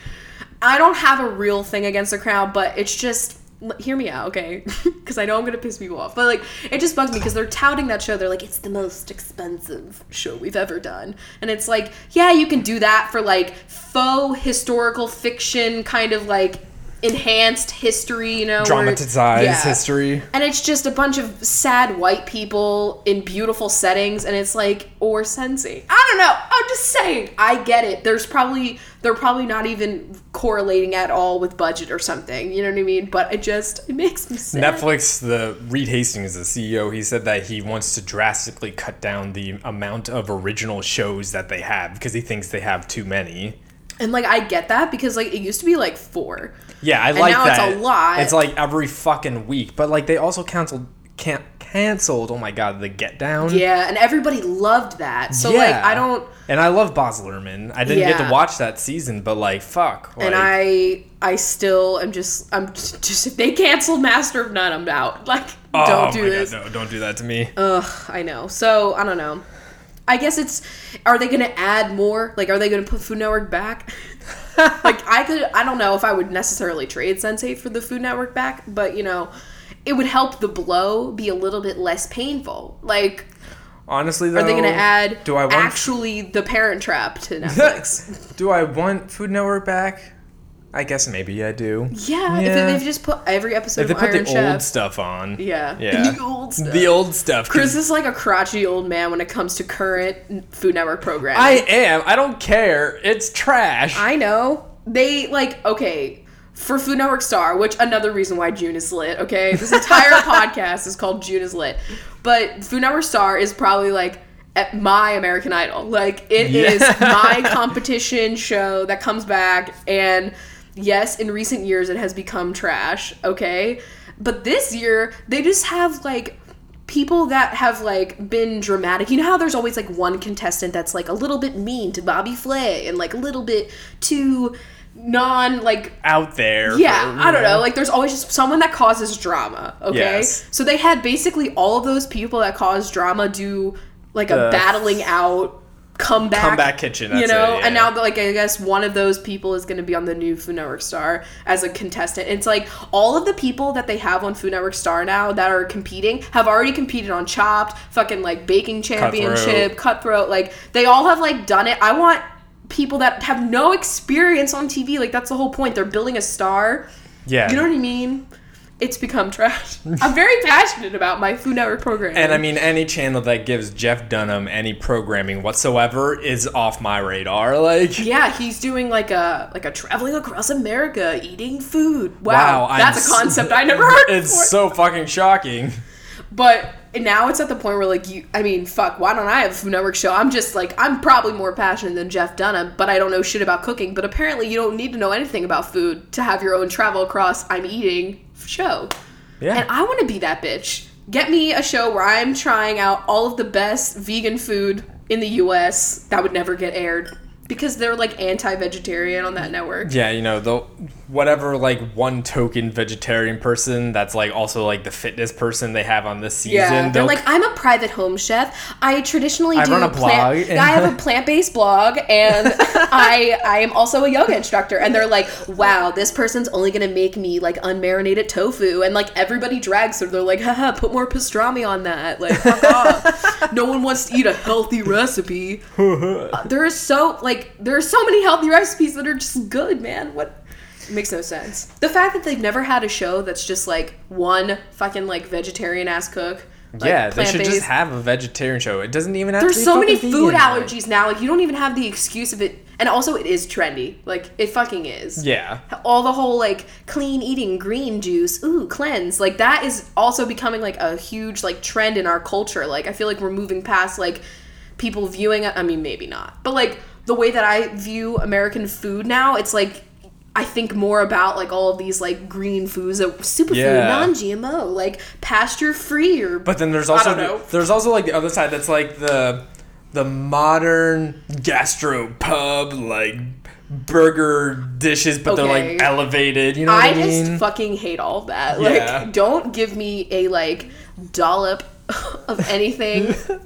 Speaker 2: i don't have a real thing against the crown but it's just l- hear me out okay because i know i'm gonna piss people off but like it just bugs me because they're touting that show they're like it's the most expensive show we've ever done and it's like yeah you can do that for like faux historical fiction kind of like enhanced history you know where it's-
Speaker 1: dramatize
Speaker 2: yeah.
Speaker 1: history.
Speaker 2: And it's just a bunch of sad white people in beautiful settings, and it's like, or Sensi. I don't know. I'm just saying. I get it. There's probably they're probably not even correlating at all with budget or something. You know what I mean? But it just it makes me sad.
Speaker 1: Netflix, the Reed Hastings, the CEO, he said that he wants to drastically cut down the amount of original shows that they have because he thinks they have too many.
Speaker 2: And like I get that because like it used to be like four.
Speaker 1: Yeah, I like
Speaker 2: now it's
Speaker 1: that.
Speaker 2: a lot.
Speaker 1: It's like every fucking week, but like they also canceled can canceled. Oh my god, the Get Down.
Speaker 2: Yeah, and everybody loved that. So like
Speaker 1: Yeah.
Speaker 2: I don't.
Speaker 1: And I love Boz Luhrmann. I didn't get
Speaker 2: Yeah.
Speaker 1: to watch that season, but like fuck. Like,
Speaker 2: and I I still am just I'm just, just if they cancel Master of None, I'm out. Like
Speaker 1: oh
Speaker 2: don't do
Speaker 1: my
Speaker 2: this. Um,
Speaker 1: God, no, don't do that to me.
Speaker 2: Ugh, I know. So I don't know. I guess it's are they going to add more? Like, are they going to put Food Network back? like, I could, I don't know if I would necessarily trade Sense8 for the Food Network back, but you know, it would help the blow be a little bit less painful. Like,
Speaker 1: Honestly, though,
Speaker 2: are they going to add
Speaker 1: Oh, Do I want?
Speaker 2: actually the Parent Trap to Netflix?
Speaker 1: do I want Food Network back? I guess maybe I do.
Speaker 2: yeah, if
Speaker 1: Yeah.
Speaker 2: they, they've just put every episode
Speaker 1: If they
Speaker 2: of
Speaker 1: put
Speaker 2: Iron
Speaker 1: the
Speaker 2: Chef.
Speaker 1: old stuff on.
Speaker 2: yeah.
Speaker 1: Yeah.
Speaker 2: the old stuff.
Speaker 1: The old stuff. 'cause
Speaker 2: Chris is like a crotchety old man when it comes to current Food Network programming.
Speaker 1: I am. I don't care. It's trash.
Speaker 2: I know. They like okay for Food Network Star, which another reason why June is lit. Okay, this entire podcast is called June is lit, but Food Network Star is probably like at my American Idol. Like it
Speaker 1: Yeah.
Speaker 2: is my competition show that comes back, and yes, in recent years it has become trash. Okay, but this year they just have like people that have like been dramatic you know how there's always like one contestant that's like a little bit mean to bobby flay and like a little bit too non like
Speaker 1: Out there.
Speaker 2: yeah
Speaker 1: for-
Speaker 2: i don't know like there's always just someone that causes drama okay
Speaker 1: Yes.
Speaker 2: so they had basically all of those people that cause drama do like a
Speaker 1: The-
Speaker 2: battling out comeback
Speaker 1: Comeback kitchen,
Speaker 2: you
Speaker 1: that's
Speaker 2: know
Speaker 1: it, yeah.
Speaker 2: and now like i guess one of those people is going to be on the new food network star as a contestant it's like all of the people that they have on food network star now that are competing have already competed on chopped fucking like baking championship cutthroat, like they all have like done it i want people that have no experience on tv like that's the whole point they're building a star
Speaker 1: yeah.
Speaker 2: you know what I mean? It's become trash. I'm very passionate about my Food Network program.
Speaker 1: and I mean, any channel that gives Jeff Dunham any programming whatsoever is off my radar. Like,
Speaker 2: yeah, he's doing like a like a traveling across America eating food. Wow,
Speaker 1: wow, I'm
Speaker 2: that's a
Speaker 1: s-
Speaker 2: concept I never heard
Speaker 1: It's
Speaker 2: before.
Speaker 1: so fucking shocking.
Speaker 2: but now it's at the point where like you, I mean, fuck, why don't I have a Food Network show? I'm just like I'm probably more passionate than Jeff Dunham, but I don't know shit about cooking. But apparently, you don't need to know anything about food to have your own travel across I'm eating show.
Speaker 1: Yeah.
Speaker 2: And I want to be that bitch. Get me a show where I'm trying out all of the best vegan food in the US that would never get aired because they're like anti vegetarian on that network.
Speaker 1: yeah, you know, the whatever like one token vegetarian person that's like also like the fitness person they have on this season.
Speaker 2: Yeah, they're
Speaker 1: they'll-
Speaker 2: like I'm a private home chef. I traditionally
Speaker 1: I
Speaker 2: do
Speaker 1: run a blog
Speaker 2: plant.
Speaker 1: and-
Speaker 2: I have a plant-based blog, and I I am also a yoga instructor. And they're like, wow, this person's only gonna make me like unmarinated tofu, and like everybody drags her. They're like, haha, put more pastrami on that. Like, fuck off. No one wants to eat a healthy recipe. Uh, there are so like there are so many healthy recipes that are just good, man. What it makes no sense. The fact that they've never had a show that's just like one fucking like vegetarian ass cook. like,
Speaker 1: yeah, they should just
Speaker 2: plant-based.
Speaker 1: have a vegetarian show. It doesn't even have to
Speaker 2: There's
Speaker 1: be
Speaker 2: so many
Speaker 1: fucking
Speaker 2: food
Speaker 1: vegan, like-
Speaker 2: allergies now. Like you don't even have the excuse of it. And also, it is trendy. Like it fucking is.
Speaker 1: Yeah.
Speaker 2: All the whole like clean eating, green juice, ooh, cleanse. Like that is also becoming like a huge like trend in our culture. Like I feel like we're moving past like people viewing. I mean, maybe not, but like the way that I view American food now, it's like. I think more about like all of these like green foods, that superfood,
Speaker 1: Yeah.
Speaker 2: non-GMO, like pasture free or
Speaker 1: But then there's
Speaker 2: I
Speaker 1: also
Speaker 2: don't know.
Speaker 1: there's also like the other side that's like the the modern gastro pub like burger dishes, but they're
Speaker 2: Okay.
Speaker 1: like elevated. You know what
Speaker 2: I
Speaker 1: I mean?
Speaker 2: just fucking hate all of that.
Speaker 1: Yeah.
Speaker 2: Like, don't give me a like dollop of anything. you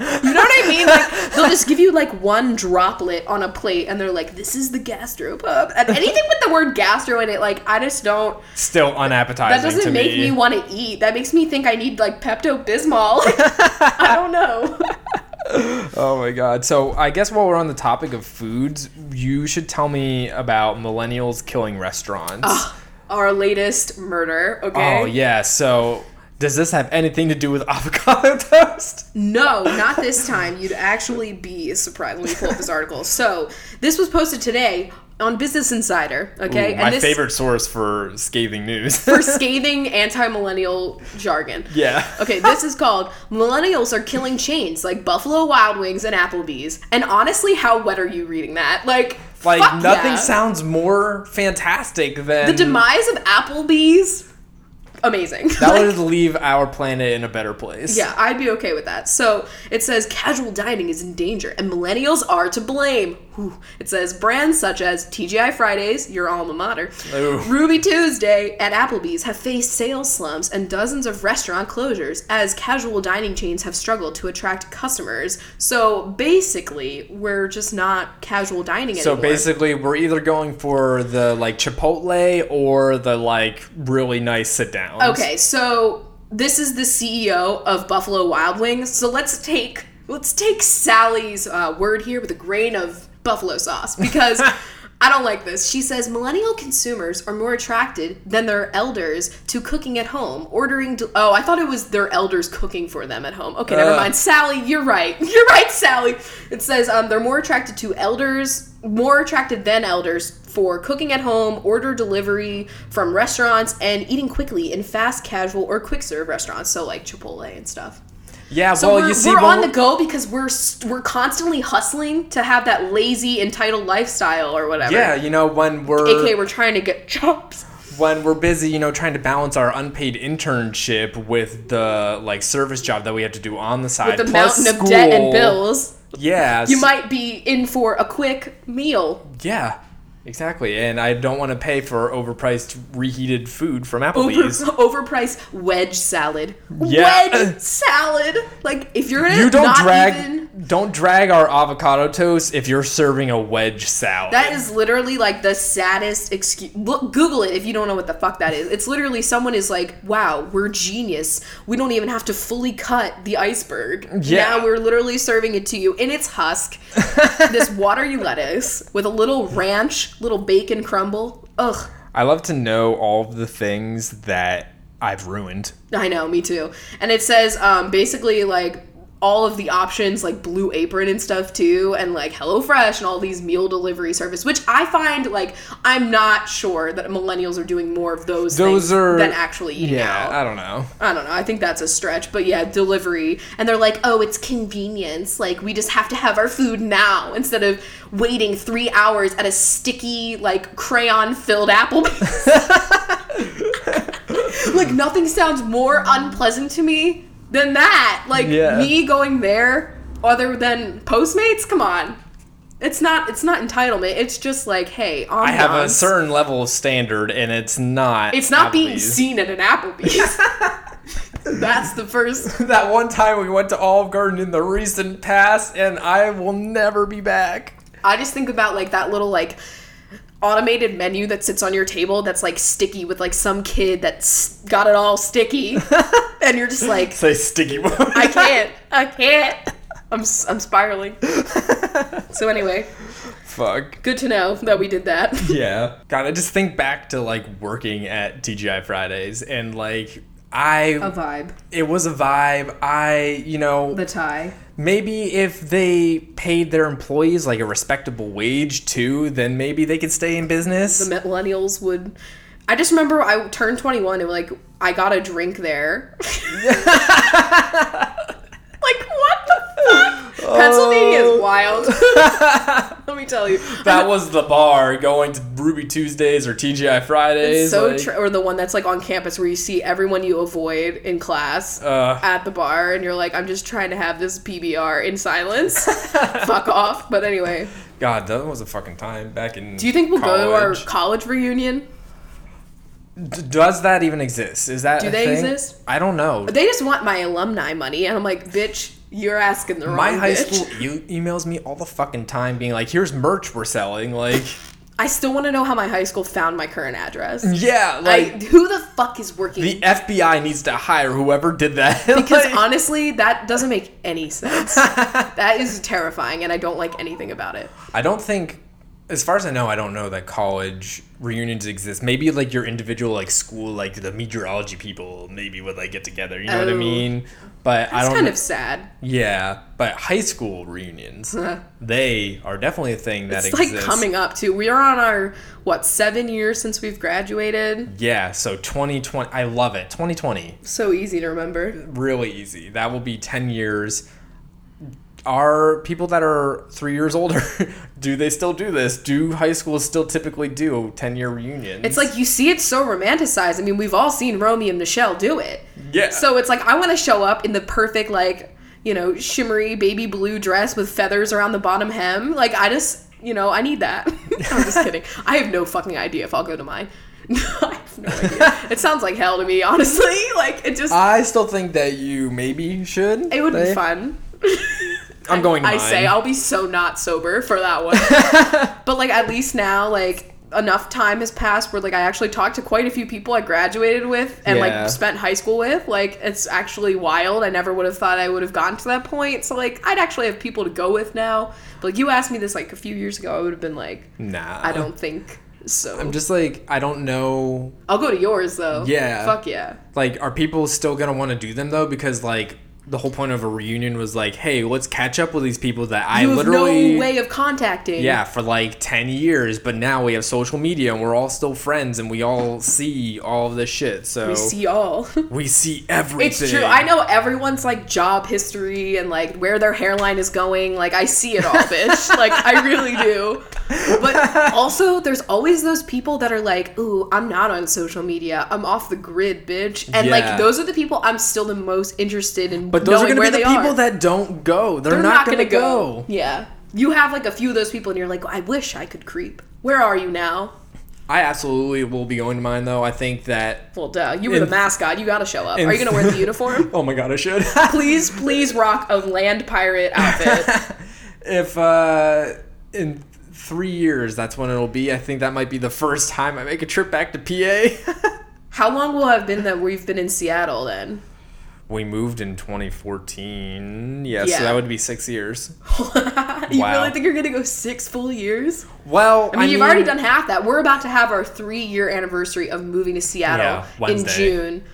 Speaker 2: know what I mean? Like, they'll just give you like one droplet on a plate, and they're like, "This is the gastropub." And anything with the word gastro in it, like, I just don't.
Speaker 1: Still unappetizing.
Speaker 2: That doesn't
Speaker 1: to
Speaker 2: make me,
Speaker 1: me
Speaker 2: want to eat. That makes me think I need like Pepto Bismol. I don't know.
Speaker 1: Oh my god. So I guess while we're on the topic of foods, you should tell me about millennials killing restaurants.
Speaker 2: Our latest murder. Oh. Okay.
Speaker 1: oh yeah. So does this have anything to do with avocado toast?
Speaker 2: No, not this time. You'd actually be surprised. Let me pull up this article. So this was posted today on Business Insider. Okay,
Speaker 1: Ooh, my
Speaker 2: this
Speaker 1: favorite source for scathing news.
Speaker 2: for scathing anti-millennial jargon.
Speaker 1: yeah.
Speaker 2: Okay, this is called Millennials are killing chains like Buffalo Wild Wings and Applebee's. And honestly, how wet are you reading that? Like,
Speaker 1: Like
Speaker 2: fuck
Speaker 1: nothing
Speaker 2: yeah.
Speaker 1: sounds more fantastic than
Speaker 2: The demise of Applebee's. amazing.
Speaker 1: That
Speaker 2: Like,
Speaker 1: would leave our planet in a better place.
Speaker 2: yeah, I'd be okay with that. So it says casual dining is in danger and millennials are to blame. Whew. It says brands such as TGI Fridays, your alma mater,
Speaker 1: Ooh.
Speaker 2: Ruby Tuesday, and Applebee's have faced sales slumps and dozens of restaurant closures as casual dining chains have struggled to attract customers. So basically, we're just not casual dining
Speaker 1: So
Speaker 2: anymore.
Speaker 1: basically, we're either going for the like Chipotle or the like really nice sit down.
Speaker 2: Okay, so this is the CEO of Buffalo Wild Wings. So let's take let's take Sally's uh, word here with a grain of buffalo sauce because I don't like this. She says millennial consumers are more attracted than their elders to cooking at home, ordering. Del- oh, I thought it was their elders cooking for them at home. Okay, never
Speaker 1: Ugh.
Speaker 2: mind. Sally, you're right. You're right, Sally. It says um, they're more attracted to elders, more attracted than elders for cooking at home, order delivery from restaurants, and eating quickly in fast casual or quick serve restaurants, so like Chipotle and stuff.
Speaker 1: Yeah.
Speaker 2: So
Speaker 1: well,
Speaker 2: we're,
Speaker 1: Oh, you see,
Speaker 2: we're
Speaker 1: when
Speaker 2: on the go because we're s- we're constantly hustling to have that lazy entitled lifestyle or whatever.
Speaker 1: yeah, you know, when we're
Speaker 2: aka we're trying to get jobs.
Speaker 1: when we're busy, you know, trying to balance our unpaid internship with the like service job that we have to do on the side,
Speaker 2: The
Speaker 1: plus
Speaker 2: mountain of
Speaker 1: school.
Speaker 2: debt and bills.
Speaker 1: Yeah,
Speaker 2: You
Speaker 1: s-
Speaker 2: might be in for a quick meal.
Speaker 1: Yeah, exactly. And I don't want to pay for overpriced reheated food from
Speaker 2: Over,
Speaker 1: Applebee's.
Speaker 2: overpriced wedge salad.
Speaker 1: Yeah.
Speaker 2: Wedge salad. Like if you're in
Speaker 1: You don't
Speaker 2: not
Speaker 1: drag
Speaker 2: even
Speaker 1: don't drag our avocado toast if you're serving a wedge salad.
Speaker 2: that is literally like the saddest excuse. Look, Google it if you don't know what the fuck that is. It's literally someone is like, "Wow, we're genius. We don't even have to fully cut the iceberg.
Speaker 1: Yeah.
Speaker 2: Now we're literally serving it to you in its husk, this watery lettuce with a little ranch, little bacon crumble. Ugh,
Speaker 1: I love to know all of the things that I've ruined.
Speaker 2: I know, me too. And it says um, basically like all of the options like Blue Apron and stuff too, and like HelloFresh and all these meal delivery service, which I find like I'm not sure that millennials are doing more of those,
Speaker 1: Those
Speaker 2: things
Speaker 1: are-
Speaker 2: than actually eating
Speaker 1: Yeah,
Speaker 2: out.
Speaker 1: I don't know.
Speaker 2: I don't know. I think that's a stretch, but yeah, delivery. And they're like, oh, it's convenience. Like we just have to have our food now instead of waiting three hours at a sticky like crayon filled Applebee's. like nothing sounds more unpleasant to me than that. Like
Speaker 1: Yeah.
Speaker 2: me going there other than Postmates? Come on. It's not it's not entitlement. It's just like, hey,
Speaker 1: I have a
Speaker 2: ambiance.
Speaker 1: certain level of standard, and it's not.
Speaker 2: It's not being
Speaker 1: Applebee's.
Speaker 2: seen at an Applebee's. That's the first
Speaker 1: That one time we went to Olive Garden in the recent past, and I will never be back.
Speaker 2: I just think about like that little like automated menu that sits on your table that's like sticky with like some kid that's got it all sticky and you're just like
Speaker 1: Say sticky one.
Speaker 2: I can't. I can't. I'm s- I'm spiraling. So anyway,
Speaker 1: Fuck.
Speaker 2: good to know that we did that.
Speaker 1: Yeah. God, I just think back to like working at TGI Fridays, and like I,
Speaker 2: vibe,
Speaker 1: it was a vibe. I, you know,
Speaker 2: tie.
Speaker 1: maybe if they paid their employees like a respectable wage too, then maybe they could stay in business.
Speaker 2: The millennials would. I just remember I turned 21 and like I got a drink there. like what the fuck? Pennsylvania is wild. Let me tell you.
Speaker 1: that was the bar going to Ruby Tuesdays or TGI Fridays.
Speaker 2: so
Speaker 1: like,
Speaker 2: tr- or the one that's like on campus where you see everyone you avoid in class
Speaker 1: Uh.
Speaker 2: at the bar and you're like I'm just trying to have this PBR in silence. Fuck off. But anyway,
Speaker 1: God, that was a fucking time back in.
Speaker 2: do you think we'll go to our
Speaker 1: college.
Speaker 2: college reunion?
Speaker 1: D- does that even exist? Is that
Speaker 2: Do
Speaker 1: a
Speaker 2: they
Speaker 1: thing?
Speaker 2: exist?
Speaker 1: I don't know.
Speaker 2: They just want my alumni money and I'm like, "Bitch, you're asking the wrong
Speaker 1: My high
Speaker 2: bitch."
Speaker 1: school e- emails me all the fucking time, being like, "Here's merch we're selling." Like,
Speaker 2: I still want to know how my high school found my current address.
Speaker 1: yeah,
Speaker 2: I,
Speaker 1: Mm, like
Speaker 2: who the fuck is working?
Speaker 1: the FBI needs to hire whoever did that.
Speaker 2: because
Speaker 1: Like,
Speaker 2: honestly, that doesn't make any sense. that is terrifying, and I don't like anything about it.
Speaker 1: I don't think, as far as I know, I don't know that college reunions exist. Maybe like your individual like school, like the meteorology people, maybe would like get together. You know what I
Speaker 2: Oh.
Speaker 1: mean? But I
Speaker 2: It's
Speaker 1: don't.
Speaker 2: kind of sad.
Speaker 1: yeah, but high school reunions, they are definitely a thing that
Speaker 2: It's
Speaker 1: exists.
Speaker 2: like coming up too. We are on our what seven years since we've graduated.
Speaker 1: Yeah, so 2020, I love it. 2020,
Speaker 2: So easy to remember.
Speaker 1: really easy. That will be 10 years. are people that are three years older do they still do this do high schools still typically do 10 year reunions
Speaker 2: It's like you see it so romanticized. I mean, we've all seen Romeo and Michelle do it.
Speaker 1: yeah
Speaker 2: So it's like I want to show up in the perfect like, you know, shimmery baby blue dress with feathers around the bottom hem. Like I just, you know, I need that. I'm just kidding. I have no fucking idea if I'll go to mine. I have no idea. It sounds like hell to me, honestly. Like it just
Speaker 1: i still think that you maybe should
Speaker 2: it would be
Speaker 1: They-
Speaker 2: fun.
Speaker 1: i'm going to
Speaker 2: I
Speaker 1: mine.
Speaker 2: say I'll be so not sober for that one. but like at least now like enough time has passed where like I actually talked to quite a few people I graduated with and
Speaker 1: Yeah.
Speaker 2: like spent high school with. Like it's actually wild. I never would have thought I would have gotten to that point. So like I'd actually have people to go with now. But like you asked me this like a few years ago, I would have been like,
Speaker 1: nah
Speaker 2: I don't think so.
Speaker 1: i'm just like i don't know
Speaker 2: I'll go to yours though.
Speaker 1: Yeah.
Speaker 2: Fuck yeah.
Speaker 1: like are people still gonna want to do them though because like the whole point of a reunion was like hey let's catch up with these people that i
Speaker 2: You have
Speaker 1: literally
Speaker 2: no way of contacting.
Speaker 1: yeah for like 10 years but now we have social media and we're all still friends and we all see all of this shit so
Speaker 2: We see all.
Speaker 1: we see everything
Speaker 2: It's true. I know everyone's like job history and like where their hairline is going. Like I see it all, bitch. like I really do. But also, there's always those people that are like, "Ooh, I'm not on social media. I'm off the grid, bitch." And
Speaker 1: Yeah.
Speaker 2: like those are the people I'm still the most interested in.
Speaker 1: but those are
Speaker 2: knowing
Speaker 1: gonna
Speaker 2: where
Speaker 1: be the
Speaker 2: they
Speaker 1: people
Speaker 2: are.
Speaker 1: that don't go they're, not, gonna, go,
Speaker 2: Yeah, you have like a few of those people, and you're like, "I wish I could creep." Where are you now?
Speaker 1: i absolutely will be going to mine though i think that
Speaker 2: Well, duh. You were
Speaker 1: In-
Speaker 2: the mascot. You gotta show up. Are you gonna wear the uniform?
Speaker 1: oh my god i should
Speaker 2: please, please rock a land pirate outfit.
Speaker 1: if uh in three years that's when it'll be i think that might be the first time i make a trip back to pa
Speaker 2: How long will it have been that we've been in Seattle then?
Speaker 1: we moved in 2014 yeah,
Speaker 2: Yeah.
Speaker 1: so that would be six years
Speaker 2: you
Speaker 1: Wow.
Speaker 2: really think you're gonna go six full years?
Speaker 1: well
Speaker 2: I mean, you've already done half that. We're about to have our three year anniversary of moving to Seattle
Speaker 1: Yeah,
Speaker 2: in
Speaker 1: Wednesday. Mm.
Speaker 2: June.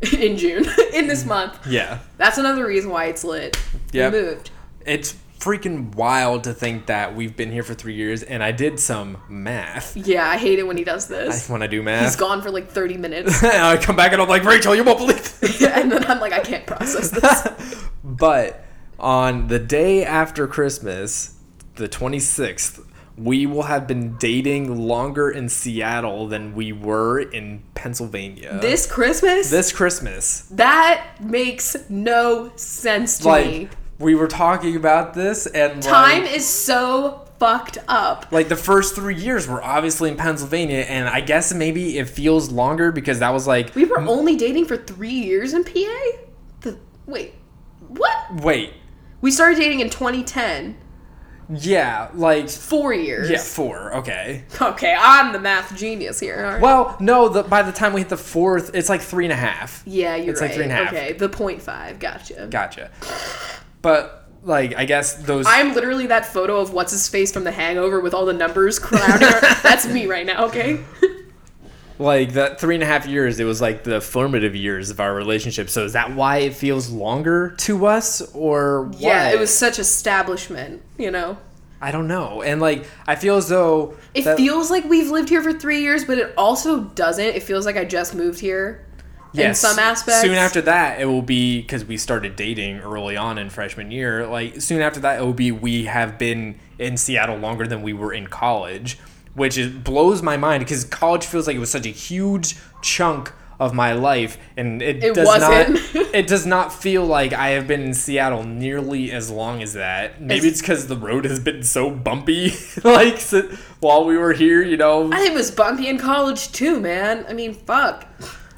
Speaker 2: In June, in this month.
Speaker 1: yeah
Speaker 2: That's another reason why it's lit. We
Speaker 1: Yep.
Speaker 2: moved.
Speaker 1: it's freaking wild to think that we've been here for three years and i did some math
Speaker 2: Yeah, I hate it when he does this.
Speaker 1: when i do
Speaker 2: He's
Speaker 1: math
Speaker 2: gone for like 30 minutes,
Speaker 1: and i come back and i'm like rachel you won't believe this
Speaker 2: and then I'm like, I can't process this.
Speaker 1: but on the day after Christmas, the 26th, we will have been dating longer in Seattle than we were in Pennsylvania.
Speaker 2: This Christmas?
Speaker 1: This Christmas.
Speaker 2: that makes no sense to me.
Speaker 1: Like, we were talking about this, and
Speaker 2: Time
Speaker 1: Like,
Speaker 2: is so fucked up.
Speaker 1: like the first three years were obviously in Pennsylvania, and I guess maybe it feels longer because that was like,
Speaker 2: We were only dating for three years in PA? The, wait, what?
Speaker 1: wait,
Speaker 2: We started dating in 2010.
Speaker 1: yeah, like,
Speaker 2: Four years.
Speaker 1: yeah, four, okay.
Speaker 2: Okay, I'm the math genius here. all right.
Speaker 1: Well, no, the, by the time we hit the fourth, it's like three and a half.
Speaker 2: Yeah, you're
Speaker 1: It's
Speaker 2: right.
Speaker 1: like three and a half.
Speaker 2: Okay, the point five. Gotcha.
Speaker 1: Gotcha. But like, I guess those.
Speaker 2: I'm literally that photo of what's his face from The Hangover with all the numbers crowding. our- That's me right now. Okay.
Speaker 1: like that three and a half years. It was like the formative years of our relationship. So is that why it feels longer to us, or
Speaker 2: Yeah,
Speaker 1: what?
Speaker 2: it was such establishment. You know,
Speaker 1: I don't know. And like, I feel as though
Speaker 2: it
Speaker 1: that-
Speaker 2: feels like we've lived here for three years, but it also doesn't. It feels like I just moved here.
Speaker 1: yes,
Speaker 2: some aspects-
Speaker 1: Soon after that, it will be because we started dating early on in freshman year. Like soon after that, it will be we have been in Seattle longer than we were in college, which is blows my mind because college feels like it was such a huge chunk of my life, and it,
Speaker 2: It
Speaker 1: does not.
Speaker 2: wasn't.
Speaker 1: it does not feel like I have been in Seattle nearly as long as that. Maybe it's because the road has been so bumpy, like si- while we were here. You know,
Speaker 2: I think it was bumpy in college too, man. I mean, fuck.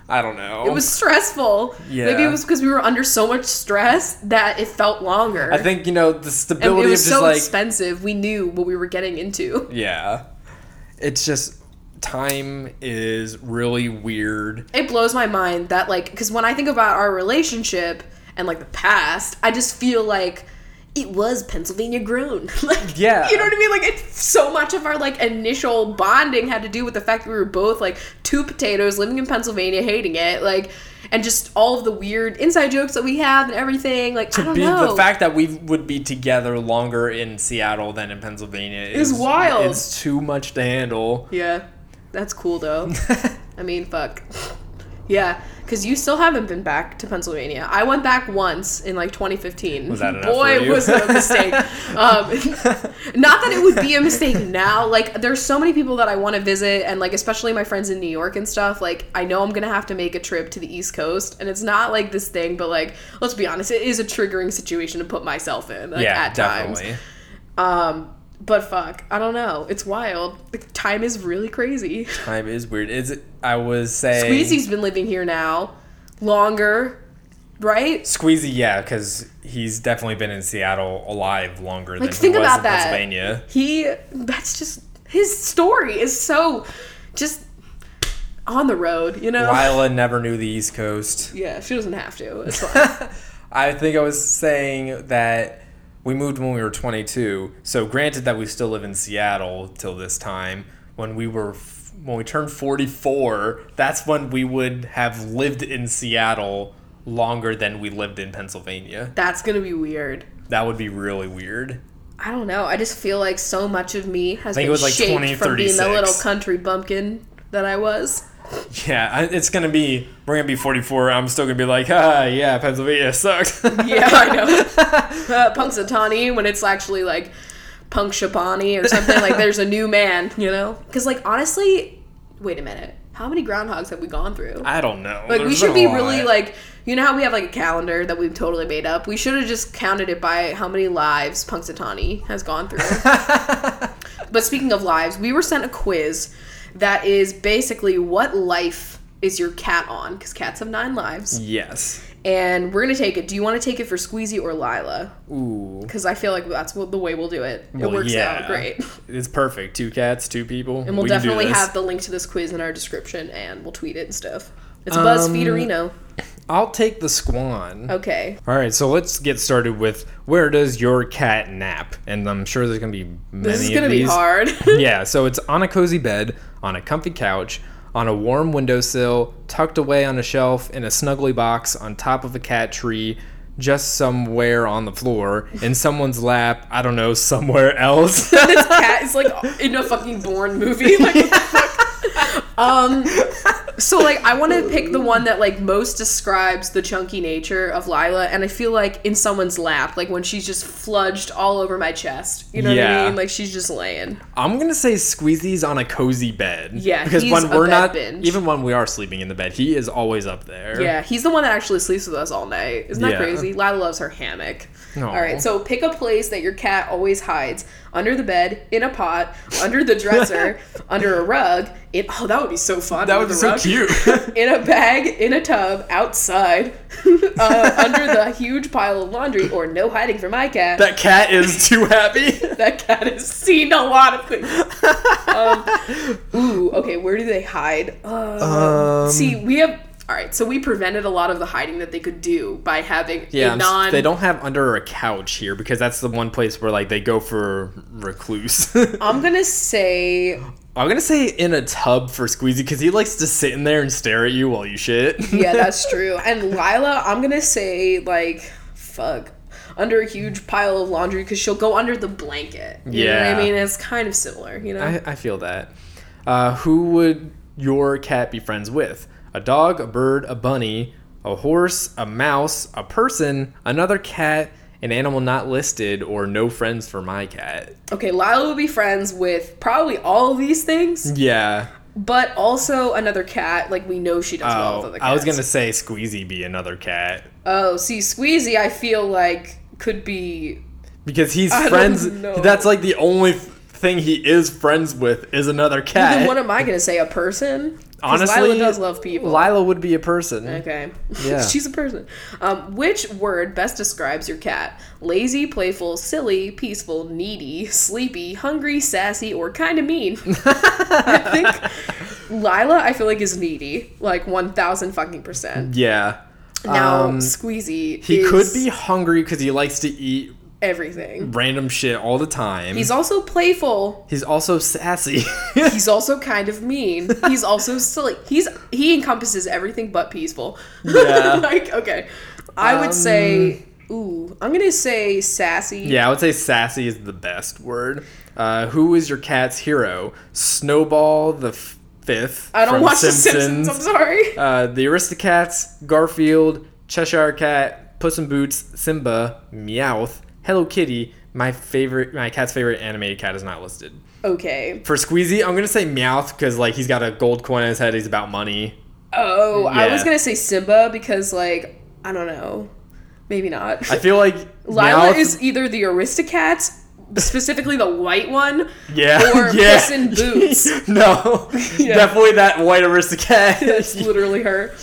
Speaker 1: I don't know.
Speaker 2: It was stressful.
Speaker 1: Yeah.
Speaker 2: Maybe it was because we were under so much stress that it felt longer.
Speaker 1: I think you know the
Speaker 2: and
Speaker 1: stability
Speaker 2: it was
Speaker 1: of just
Speaker 2: so
Speaker 1: like
Speaker 2: expensive. We knew what we were getting into.
Speaker 1: Yeah. It's just time is really weird.
Speaker 2: It blows my mind that like because when I think about our relationship and like the past, I just feel like it was Pennsylvania grown. like
Speaker 1: Yeah.
Speaker 2: you know what I mean? Like it's so much of our like initial bonding had to do with the fact that we were both like two potatoes living in Pennsylvania, hating it, like. And just all of the weird inside jokes that we have and everything, like I don't
Speaker 1: Be-
Speaker 2: know.
Speaker 1: The fact that we would be together longer in Seattle than in Pennsylvania is
Speaker 2: Is wild.
Speaker 1: It's too much to handle.
Speaker 2: Yeah, that's cool though. I mean, fuck. Yeah, Because you still haven't been back to Pennsylvania. I went back once in like 2015.
Speaker 1: Was that enough
Speaker 2: Boy,
Speaker 1: for you?
Speaker 2: was it a mistake. um, not that it would be a mistake now. Like, there's so many people that I want to visit, and like, especially my friends in New York and stuff. Like, I know I'm gonna have to make a trip to the East Coast, and it's not like this thing, but like, let's be honest, it is a triggering situation to put myself in. Like,
Speaker 1: yeah,
Speaker 2: at
Speaker 1: definitely.
Speaker 2: times. Um, but fuck, I don't know. It's wild. Like, time is really crazy.
Speaker 1: Time is weird. Is it, I was saying
Speaker 2: Squeezy's been living here now longer, right?
Speaker 1: Squeezy, yeah, because he's definitely been in Seattle alive longer than
Speaker 2: Like, think
Speaker 1: he was
Speaker 2: about
Speaker 1: in
Speaker 2: that.
Speaker 1: Pennsylvania.
Speaker 2: He, that's just, his story is so just on the road, you know?
Speaker 1: Lila never knew the East Coast.
Speaker 2: Yeah, she doesn't have to. It's fine.
Speaker 1: I think I was saying that we moved when we were 22. So granted that we still live in Seattle till this time, when we were f- when we turned 44, that's when we would have lived in Seattle longer than we lived in Pennsylvania.
Speaker 2: that's gonna be weird.
Speaker 1: That would be really weird.
Speaker 2: I don't know. I just feel like so much of me has
Speaker 1: think
Speaker 2: been
Speaker 1: it was, like,
Speaker 2: shaped from being the
Speaker 1: 2036.
Speaker 2: little country bumpkin that I was.
Speaker 1: Yeah, I- it's gonna be we're gonna be 44. I'm still gonna be like, ah, yeah, Pennsylvania sucks.
Speaker 2: Yeah, I know. uh, Punxsutawney when it's actually like Punxsutawney or something. Like there's a new man, you know? Because like honestly, wait a minute. How many groundhogs have we gone through?
Speaker 1: I don't know.
Speaker 2: Like we
Speaker 1: There's
Speaker 2: should
Speaker 1: been
Speaker 2: be
Speaker 1: a lot.
Speaker 2: really like you know how we have like a calendar that we've totally made up. We should have just counted it by how many lives Punxsutawney has gone through. but speaking of lives, we were sent a quiz that is basically what life is your cat on? Because cats have nine lives,
Speaker 1: yes.
Speaker 2: and we're gonna take it. Do you want to take it for Squeezy or Lila?
Speaker 1: Ooh,
Speaker 2: Because I feel like that's what, the way we'll do it. It
Speaker 1: Well,
Speaker 2: works
Speaker 1: yeah.
Speaker 2: out great.
Speaker 1: it's perfect. Two cats, two people.
Speaker 2: And we'll
Speaker 1: We can do
Speaker 2: definitely
Speaker 1: this.
Speaker 2: have the link to this quiz in our description and we'll tweet it and stuff. It's
Speaker 1: Um,
Speaker 2: BuzzFeederino.
Speaker 1: I'll take the squan.
Speaker 2: Okay.
Speaker 1: All right, so let's get started with where does your cat nap? And I'm sure there's gonna be many.
Speaker 2: This is
Speaker 1: of
Speaker 2: going to be
Speaker 1: these.
Speaker 2: hard.
Speaker 1: yeah, so it's on a cozy bed, on a comfy couch, on a warm windowsill, tucked away on a shelf, in a snuggly box, on top of a cat tree, just somewhere on the floor, in someone's lap, I don't know, somewhere else.
Speaker 2: this cat is like in a fucking Bourne movie. Like, what the fuck? um, so like I want to pick the one that like most describes the chunky nature of Lila, and I feel like in someone's lap, like when she's just fludged all over my chest. You know what
Speaker 1: Yeah.
Speaker 2: I mean? Like she's just laying.
Speaker 1: I'm gonna say Squeezy's on a cozy bed.
Speaker 2: Yeah,
Speaker 1: because
Speaker 2: he's
Speaker 1: when
Speaker 2: a
Speaker 1: we're
Speaker 2: bed
Speaker 1: not,
Speaker 2: binge.
Speaker 1: even when we are sleeping in the bed, he is always up there.
Speaker 2: Yeah, he's the one that actually sleeps with us all night. Isn't that
Speaker 1: Yeah.
Speaker 2: crazy? Lila loves her hammock.
Speaker 1: Aw.
Speaker 2: All right, so pick a place that your cat always hides under the bed, in a pot, under the dresser, under a rug. It oh, that would be so fun.
Speaker 1: that
Speaker 2: under
Speaker 1: would be
Speaker 2: the
Speaker 1: so
Speaker 2: rug.
Speaker 1: cute.
Speaker 2: in a bag, in a tub, outside, uh, under the huge pile of laundry, or no hiding for my cat. That,
Speaker 1: that cat is too happy.
Speaker 2: cat has seen a lot of things. um, ooh, okay, where do they hide? Uh,
Speaker 1: Um,
Speaker 2: see, we have. All right, so we prevented a lot of the hiding that they could do by having
Speaker 1: Yeah,
Speaker 2: a
Speaker 1: I'm s-
Speaker 2: non.
Speaker 1: they don't have under a couch here because that's the one place where like they go for recluse. I'm
Speaker 2: I'm gonna say
Speaker 1: gonna say in a tub for Squeezy because he likes to sit in there and stare at you while you shit.
Speaker 2: yeah, that's true. And Lila, I'm gonna say like fuck under a huge pile of laundry because she'll go under the blanket. You know what
Speaker 1: Yeah.
Speaker 2: I mean it's kind of similar. You know,
Speaker 1: I, I feel that. Uh, who would your cat be friends with? A dog, a bird, a bunny, a horse, a mouse, a person, another cat, an animal not listed, or no friends for my cat.
Speaker 2: Okay, Lila would be friends with probably all of these things,
Speaker 1: Yeah.
Speaker 2: but also another cat. Like we know she does well with
Speaker 1: Oh,
Speaker 2: other cats.
Speaker 1: I was gonna say Squeezy be another cat.
Speaker 2: Oh, see, Squeezy, I feel like could be.
Speaker 1: Because he's
Speaker 2: I don't
Speaker 1: friends.
Speaker 2: know.
Speaker 1: That's like the only th- thing he is friends with is another
Speaker 2: Then
Speaker 1: cat.
Speaker 2: what am I gonna say? A person? 'Cause
Speaker 1: Honestly,
Speaker 2: Lila does love people.
Speaker 1: Lila would be a person.
Speaker 2: okay,
Speaker 1: Yeah.
Speaker 2: she's a person. Um, which word best describes your cat? Lazy, playful, silly, peaceful, needy, sleepy, hungry, sassy, or kind of mean? I think Lila, I feel like is needy, like one thousand fucking percent.
Speaker 1: Yeah.
Speaker 2: Now
Speaker 1: Um,
Speaker 2: Squeezy
Speaker 1: he
Speaker 2: is
Speaker 1: could be hungry because he likes to eat
Speaker 2: everything.
Speaker 1: random shit all the time.
Speaker 2: He's also playful.
Speaker 1: He's also sassy.
Speaker 2: He's also kind of mean. He's also silly. He's he encompasses everything but peaceful.
Speaker 1: Yeah. Um,
Speaker 2: like okay, I would say ooh, I'm gonna say sassy.
Speaker 1: yeah, I would say sassy is the best word. Uh, who is your cat's hero? Snowball, the f- fifth.
Speaker 2: I don't
Speaker 1: from
Speaker 2: watch The Simpsons. I'm sorry.
Speaker 1: Uh, the Aristocats, Garfield, Cheshire Cat, Puss in Boots, Simba, Meowth, Hello Kitty. My favorite, my cat's favorite animated cat is not listed.
Speaker 2: Okay.
Speaker 1: For Squeezy, I'm gonna say Meowth because like he's got a gold coin on his head. He's about money.
Speaker 2: Oh, I was
Speaker 1: Yeah.
Speaker 2: gonna say Simba because like I don't know, maybe not.
Speaker 1: I feel like
Speaker 2: Lila
Speaker 1: Meowth-
Speaker 2: is either the Aristocats, specifically the white one.
Speaker 1: yeah,
Speaker 2: or
Speaker 1: yeah.
Speaker 2: Puss in Boots.
Speaker 1: no,
Speaker 2: Yeah.
Speaker 1: definitely that white Aristocat.
Speaker 2: That's literally her.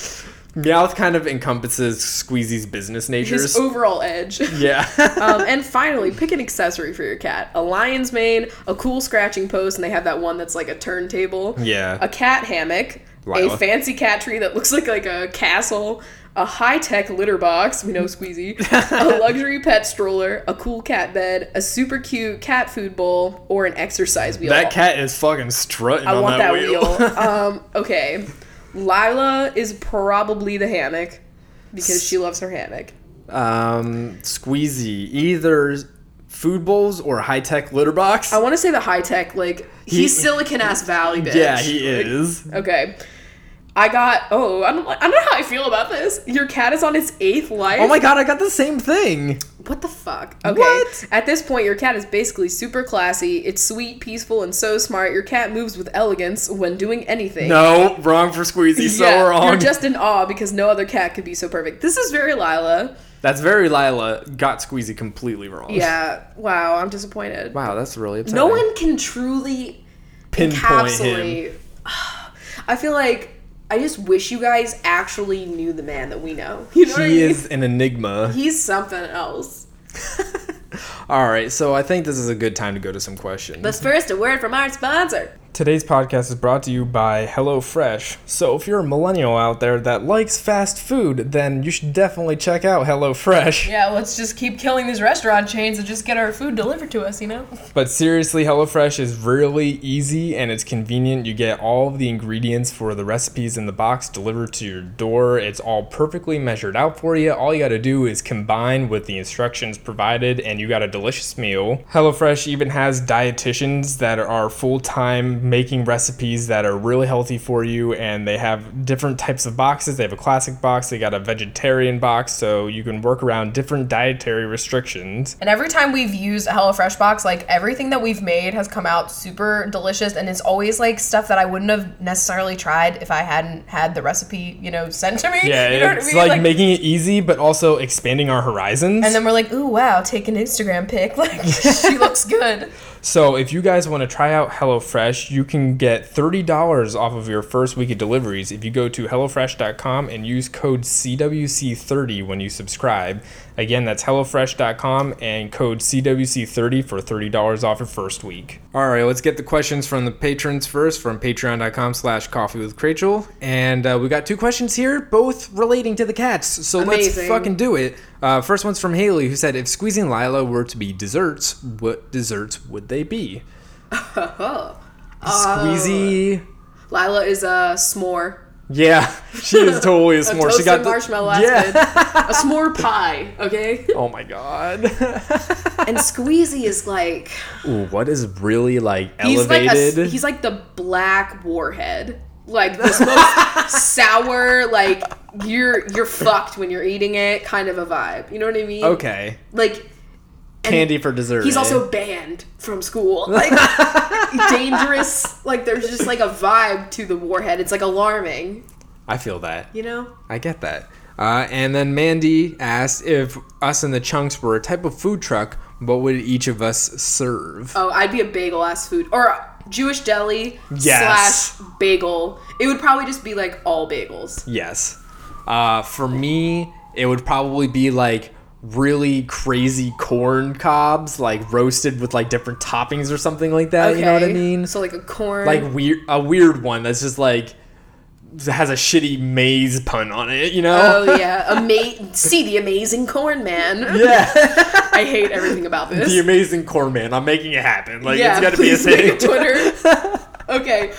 Speaker 1: Meowth kind of encompasses Squeezy's business natures.
Speaker 2: His overall edge.
Speaker 1: yeah.
Speaker 2: Um, and finally, pick an accessory for your cat. A lion's mane, a cool scratching post, and they have that one that's like a turntable.
Speaker 1: yeah.
Speaker 2: a cat hammock,
Speaker 1: Lila.
Speaker 2: a fancy cat tree that looks like like a castle, a high tech litter box, we know Squeezy, a luxury pet stroller, a cool cat bed, a super cute cat food bowl, or an exercise wheel.
Speaker 1: That cat is fucking strutting
Speaker 2: I
Speaker 1: on
Speaker 2: want
Speaker 1: that,
Speaker 2: that wheel. um, okay, Lila is probably the hammock because she loves her hammock.
Speaker 1: um, Squeezy, either food bowls or high tech litter box.
Speaker 2: I want to say the high tech, like
Speaker 1: He-
Speaker 2: he's Silicon Ass Valley bitch.
Speaker 1: yeah, he is.
Speaker 2: Okay. I got. Oh, I don't. I don't know how I feel about this. Your cat is on its eighth life.
Speaker 1: Oh my god, I got the same thing.
Speaker 2: What the fuck? Okay.
Speaker 1: What?
Speaker 2: At this point, your cat is basically super classy. It's sweet, peaceful, and so smart. Your cat moves with elegance when doing anything.
Speaker 1: No, wrong for Squeezy.
Speaker 2: Yeah,
Speaker 1: so wrong.
Speaker 2: You're just in awe because no other cat could be so perfect. This is very Lila.
Speaker 1: That's very Lila. Got Squeezy completely wrong.
Speaker 2: Yeah. Wow. I'm disappointed.
Speaker 1: Wow, that's really upsetting.
Speaker 2: No one can truly
Speaker 1: pinpoint him.
Speaker 2: encapsulate. I feel like I just wish you guys actually knew the man that we know. You know what I
Speaker 1: He
Speaker 2: mean?
Speaker 1: is an enigma.
Speaker 2: He's something else.
Speaker 1: All right, so I think this is a good time to go to some questions.
Speaker 2: But first, a word from our sponsor.
Speaker 1: Today's podcast is brought to you by HelloFresh. So, if you're a millennial out there that likes fast food, then you should definitely check out HelloFresh.
Speaker 2: Yeah, let's just keep killing these restaurant chains and just get our food delivered to us, you know?
Speaker 1: But seriously, HelloFresh is really easy and it's convenient. You get all of the ingredients for the recipes in the box delivered to your door. It's all perfectly measured out for you. All you got to do is combine with the instructions provided, and you got a delicious meal. HelloFresh even has dietitians that are full time making recipes that are really healthy for you, and they have different types of boxes. They have a classic box, they got a vegetarian box, so you can work around different dietary restrictions.
Speaker 2: And every time we've used a HelloFresh box, like everything that we've made has come out super delicious and it's always like stuff that I wouldn't have necessarily tried if I hadn't had the recipe, you know, sent to me.
Speaker 1: Yeah,
Speaker 2: you know what I
Speaker 1: it's
Speaker 2: mean?
Speaker 1: like, making it easy, but also expanding our horizons.
Speaker 2: and then we're like, ooh, wow, take an Instagram pic. Like, she looks good.
Speaker 1: so, if you guys want to try out HelloFresh, you can get thirty dollars off of your first week of deliveries if you go to hellofresh.com and use code CWC30 when you subscribe. Again, that's hellofresh.com and code CWC30 for thirty dollars off your first week. All right, let's get the questions from the patrons first from Patreon.com/slash Coffee with Crachel, and uh, we got two questions here, both relating to the cats. So
Speaker 2: Amazing.
Speaker 1: let's fucking do it. Uh, first one's from Haley, who said, "If squeezing Lila were to be desserts, what desserts would they be?"
Speaker 2: Oh.
Speaker 1: Squeezy.
Speaker 2: Lila is a s'more.
Speaker 1: Yeah, she is totally a s'more. she
Speaker 2: Toasted
Speaker 1: got the
Speaker 2: marshmallow. that's
Speaker 1: Yeah.
Speaker 2: good. A s'more pie, okay?
Speaker 1: Oh my god.
Speaker 2: And Squeezy is like.
Speaker 1: Ooh, what is really like
Speaker 2: He's like,
Speaker 1: elevated?
Speaker 2: a, he's like the black warhead. Like this most sour, like you're you're fucked when you're eating it kind of a vibe. You know what I mean?
Speaker 1: okay,
Speaker 2: Like
Speaker 1: candy for dessert.
Speaker 2: he's
Speaker 1: eh?
Speaker 2: also banned from school. Like dangerous. Like there's just like a vibe to the warhead. It's like alarming,
Speaker 1: I feel that.
Speaker 2: you know?
Speaker 1: I get that. Uh, and then Mandy asked if us and the chunks were a type of food truck, what would each of us serve?
Speaker 2: Oh, I'd be a bagel ass food or Jewish deli
Speaker 1: Yes.
Speaker 2: slash bagel. It would probably just be like all bagels.
Speaker 1: Yes. Uh, for me, it would probably be like really crazy corn cobs, like roasted with like different toppings or something like that. You know what I
Speaker 2: Okay?
Speaker 1: mean?
Speaker 2: So like a corn
Speaker 1: like weird, a weird one that's just like has a shitty maze pun on it. You know?
Speaker 2: Oh yeah, Ama- see the amazing corn man.
Speaker 1: yeah.
Speaker 2: I hate everything about this.
Speaker 1: the amazing corn man. I'm making it happen. Like
Speaker 2: yeah,
Speaker 1: it's got to be a
Speaker 2: please
Speaker 1: thing.
Speaker 2: make a Twitter. okay,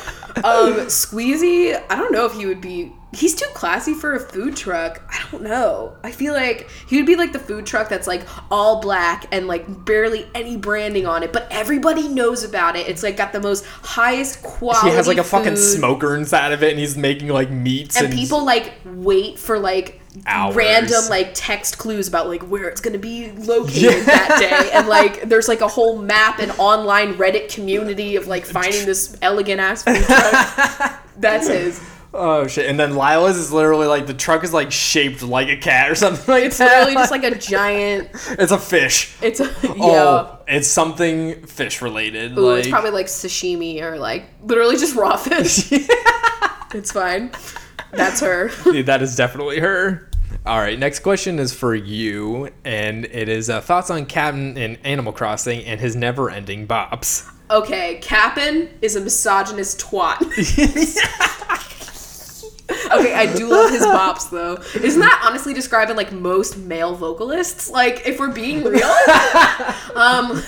Speaker 2: um, Squeezy. I don't know if he would be he's too classy for a food truck. I don't know. I feel like he would be like the food truck that's like all black and like barely any branding on it, but everybody knows about it. It's like got the most highest quality.
Speaker 1: He has like a fucking
Speaker 2: food,
Speaker 1: smoker inside of it, and he's making like meats and,
Speaker 2: And people like wait for like
Speaker 1: Hours.
Speaker 2: random like text clues about like where it's gonna be located that day, and like there's like a whole map and online Reddit community of like finding this elegant ass food truck. that's his.
Speaker 1: Oh shit! And then Lila's is literally like the truck is like shaped like a cat or something like
Speaker 2: It's
Speaker 1: that.
Speaker 2: literally just like a giant.
Speaker 1: it's a fish.
Speaker 2: It's a, yeah.
Speaker 1: Oh, it's something fish related.
Speaker 2: Ooh,
Speaker 1: like
Speaker 2: it's probably like sashimi or like literally just raw fish. it's fine. That's her.
Speaker 1: Dude, that is definitely her. All right, next question is for you, and it is uh, thoughts on Captain in Animal Crossing and his never-ending bops.
Speaker 2: Okay, Cap'n is a misogynist twat. okay, I do love his bops though. Isn't that honestly describing like most male vocalists? Like, if we're being real, um,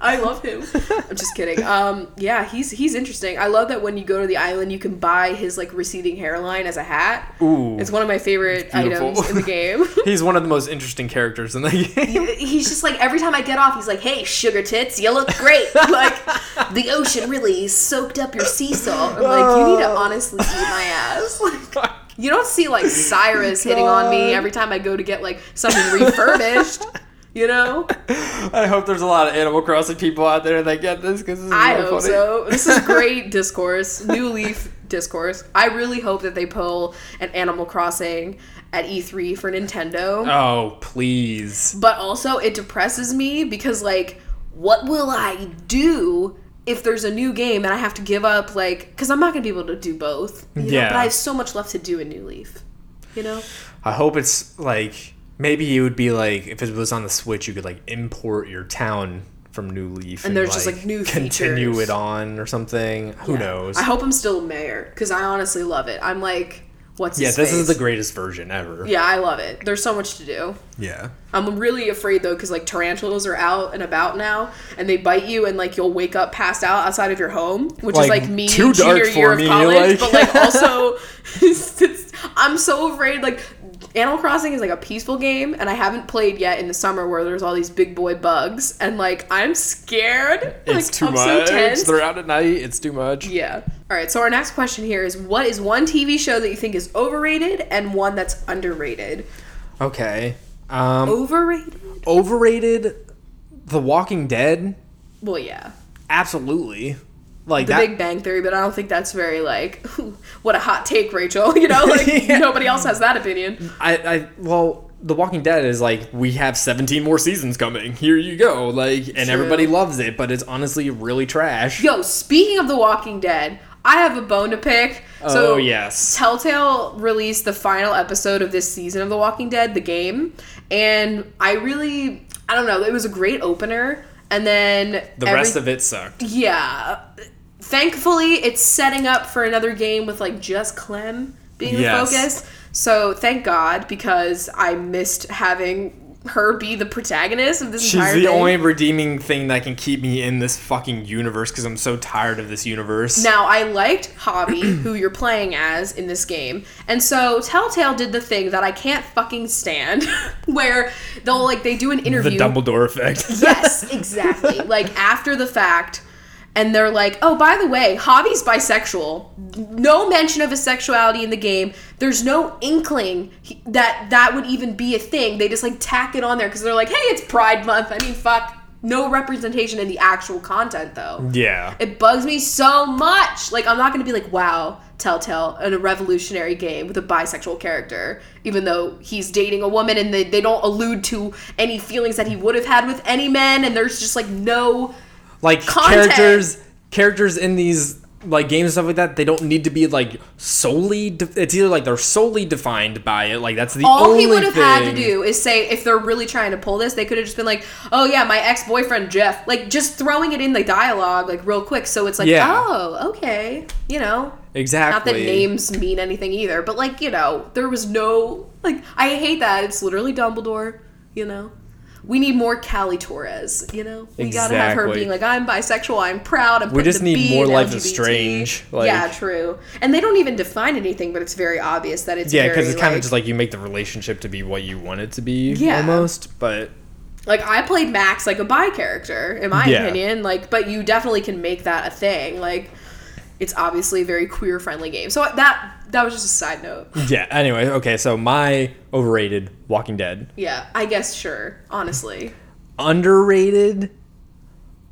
Speaker 2: I love him. I'm just kidding. Um, yeah, he's he's interesting. I love that when you go to the island, you can buy his like receding hairline as a hat.
Speaker 1: Ooh.
Speaker 2: it's one of my favorite
Speaker 1: Beautiful.
Speaker 2: items in the game.
Speaker 1: He's one of the most interesting characters in the game.
Speaker 2: He- he's just like every time I get off, he's like, "Hey, sugar tits, you look great." Like the ocean really soaked up your sea salt. I'm like, you need
Speaker 1: Oh.
Speaker 2: to honestly eat my ass. Like, you don't see like Cyrus hitting on me
Speaker 1: God.
Speaker 2: every time I go to get like something refurbished. You know,
Speaker 1: I hope there's a lot of Animal Crossing people out there that get this because this is
Speaker 2: I
Speaker 1: really
Speaker 2: hope
Speaker 1: funny.
Speaker 2: so. This is great discourse, new leaf discourse. I really hope that they pull an Animal Crossing at E3 for Nintendo.
Speaker 1: Oh please.
Speaker 2: but also it depresses me because like what will i do if there's a new game and i have to give up like because i'm not going to be able to do both you know?
Speaker 1: Yeah.
Speaker 2: but i have so much left to do in new leaf you know
Speaker 1: I hope it's like maybe it would be like if it was on the Switch, you could like import your town from New Leaf, and,
Speaker 2: there's just, like, new
Speaker 1: continue
Speaker 2: features.
Speaker 1: it on or something. Who
Speaker 2: Yeah.
Speaker 1: knows?
Speaker 2: i hope i'm still mayor because i honestly love it i'm like what's
Speaker 1: yeah,
Speaker 2: his
Speaker 1: this is the
Speaker 2: face?
Speaker 1: greatest version ever.
Speaker 2: yeah i love it there's so much to do
Speaker 1: Yeah.
Speaker 2: i'm really afraid though because like tarantulas are out and about now and they bite you and like you'll wake up passed out outside of your home which is
Speaker 1: Like,
Speaker 2: like me
Speaker 1: too dark
Speaker 2: junior
Speaker 1: for
Speaker 2: year of
Speaker 1: me, like-
Speaker 2: college but like also it's- it's- i'm so afraid like animal crossing is like a peaceful game and i haven't played yet in the summer where there's all these big boy bugs and like i'm scared
Speaker 1: It's
Speaker 2: like
Speaker 1: too
Speaker 2: i'm so
Speaker 1: much.
Speaker 2: tense
Speaker 1: They're out at night. It's too much.
Speaker 2: yeah all right so our next question here is what is one tv show that you think is overrated and one that's underrated
Speaker 1: Okay. Um,
Speaker 2: overrated
Speaker 1: overrated. The Walking Dead.
Speaker 2: well yeah
Speaker 1: Absolutely. Like
Speaker 2: the
Speaker 1: that.
Speaker 2: Big Bang Theory, but I don't think that's very like, "Ooh, what a hot take, Rachel. You know, like
Speaker 1: Yeah.
Speaker 2: nobody else has that opinion.
Speaker 1: I, I. Well, The Walking Dead is like we have 17 more seasons coming. Here you go. Like, and everybody loves it, but it's honestly really trash.
Speaker 2: Yo, speaking of The Walking Dead, I have a bone to pick. So
Speaker 1: oh yes.
Speaker 2: Telltale released the final episode of this season of The Walking Dead, the game, and I really, I don't know, it was a great opener, and then
Speaker 1: The rest of it sucked.
Speaker 2: yeah. Thankfully, it's setting up for another game with like just Clem being
Speaker 1: Yes.
Speaker 2: the focus. So thank God because I missed having her be the protagonist of this
Speaker 1: She's
Speaker 2: entire
Speaker 1: the
Speaker 2: thing.
Speaker 1: only redeeming thing that can keep me in this fucking universe because I'm so tired of this universe.
Speaker 2: Now, I liked Hobby, who you're playing as in this game. And so Telltale did the thing that I can't fucking stand where they'll like they do an
Speaker 1: the
Speaker 2: interview
Speaker 1: Dumbledore effect.
Speaker 2: Yes, exactly. like after the fact, and they're like, "Oh, by the way, Hobby's bisexual. No mention of his sexuality in the game. There's no inkling he- that that would even be a thing. They just like tack it on there because they're like, hey, it's Pride Month. I mean, fuck. No representation in the actual content though.
Speaker 1: yeah.
Speaker 2: It bugs me so much. Like, I'm not gonna be like, wow, Telltale, in a revolutionary game with a bisexual character, even though he's dating a woman and they, they don't allude to any feelings that he would have had with any men, and there's just like no.
Speaker 1: like
Speaker 2: Content.
Speaker 1: characters characters in these like games and stuff like that they don't need to be like solely de- it's either like they're solely defined by it like that's the
Speaker 2: All
Speaker 1: only
Speaker 2: he would have
Speaker 1: thing.
Speaker 2: had to do is say, if they're really trying to pull this, they could have just been like, oh yeah, my ex boyfriend Jeff. Like, just throwing it in the dialogue, like, real quick. So it's like,
Speaker 1: Yeah.
Speaker 2: oh, okay. You know, Not
Speaker 1: exactly
Speaker 2: that names mean anything either, but like, you know, there was no like I hate that. It's literally Dumbledore, you know. we need more Cali Torres, you know? We gotta have her
Speaker 1: Exactly.
Speaker 2: being like, I'm bisexual, I'm proud, I'm
Speaker 1: We
Speaker 2: putting
Speaker 1: just
Speaker 2: the
Speaker 1: need
Speaker 2: B
Speaker 1: more
Speaker 2: in
Speaker 1: Life is
Speaker 2: LGBT."
Speaker 1: Strange,
Speaker 2: yeah,
Speaker 1: like-
Speaker 2: true. And they don't even define anything, but it's very obvious that it's
Speaker 1: Yeah,
Speaker 2: very,
Speaker 1: because it's kind of just like you make the relationship to be what you want it to be,
Speaker 2: Yeah.
Speaker 1: almost. But
Speaker 2: like I played Max like a bi character, in my
Speaker 1: Yeah.
Speaker 2: opinion. Like, but you definitely can make that a thing. Like, it's obviously a very queer friendly game. So that that was just a side note.
Speaker 1: yeah. Anyway, okay. So my overrated Walking Dead,
Speaker 2: Yeah, I guess sure. Honestly,
Speaker 1: underrated.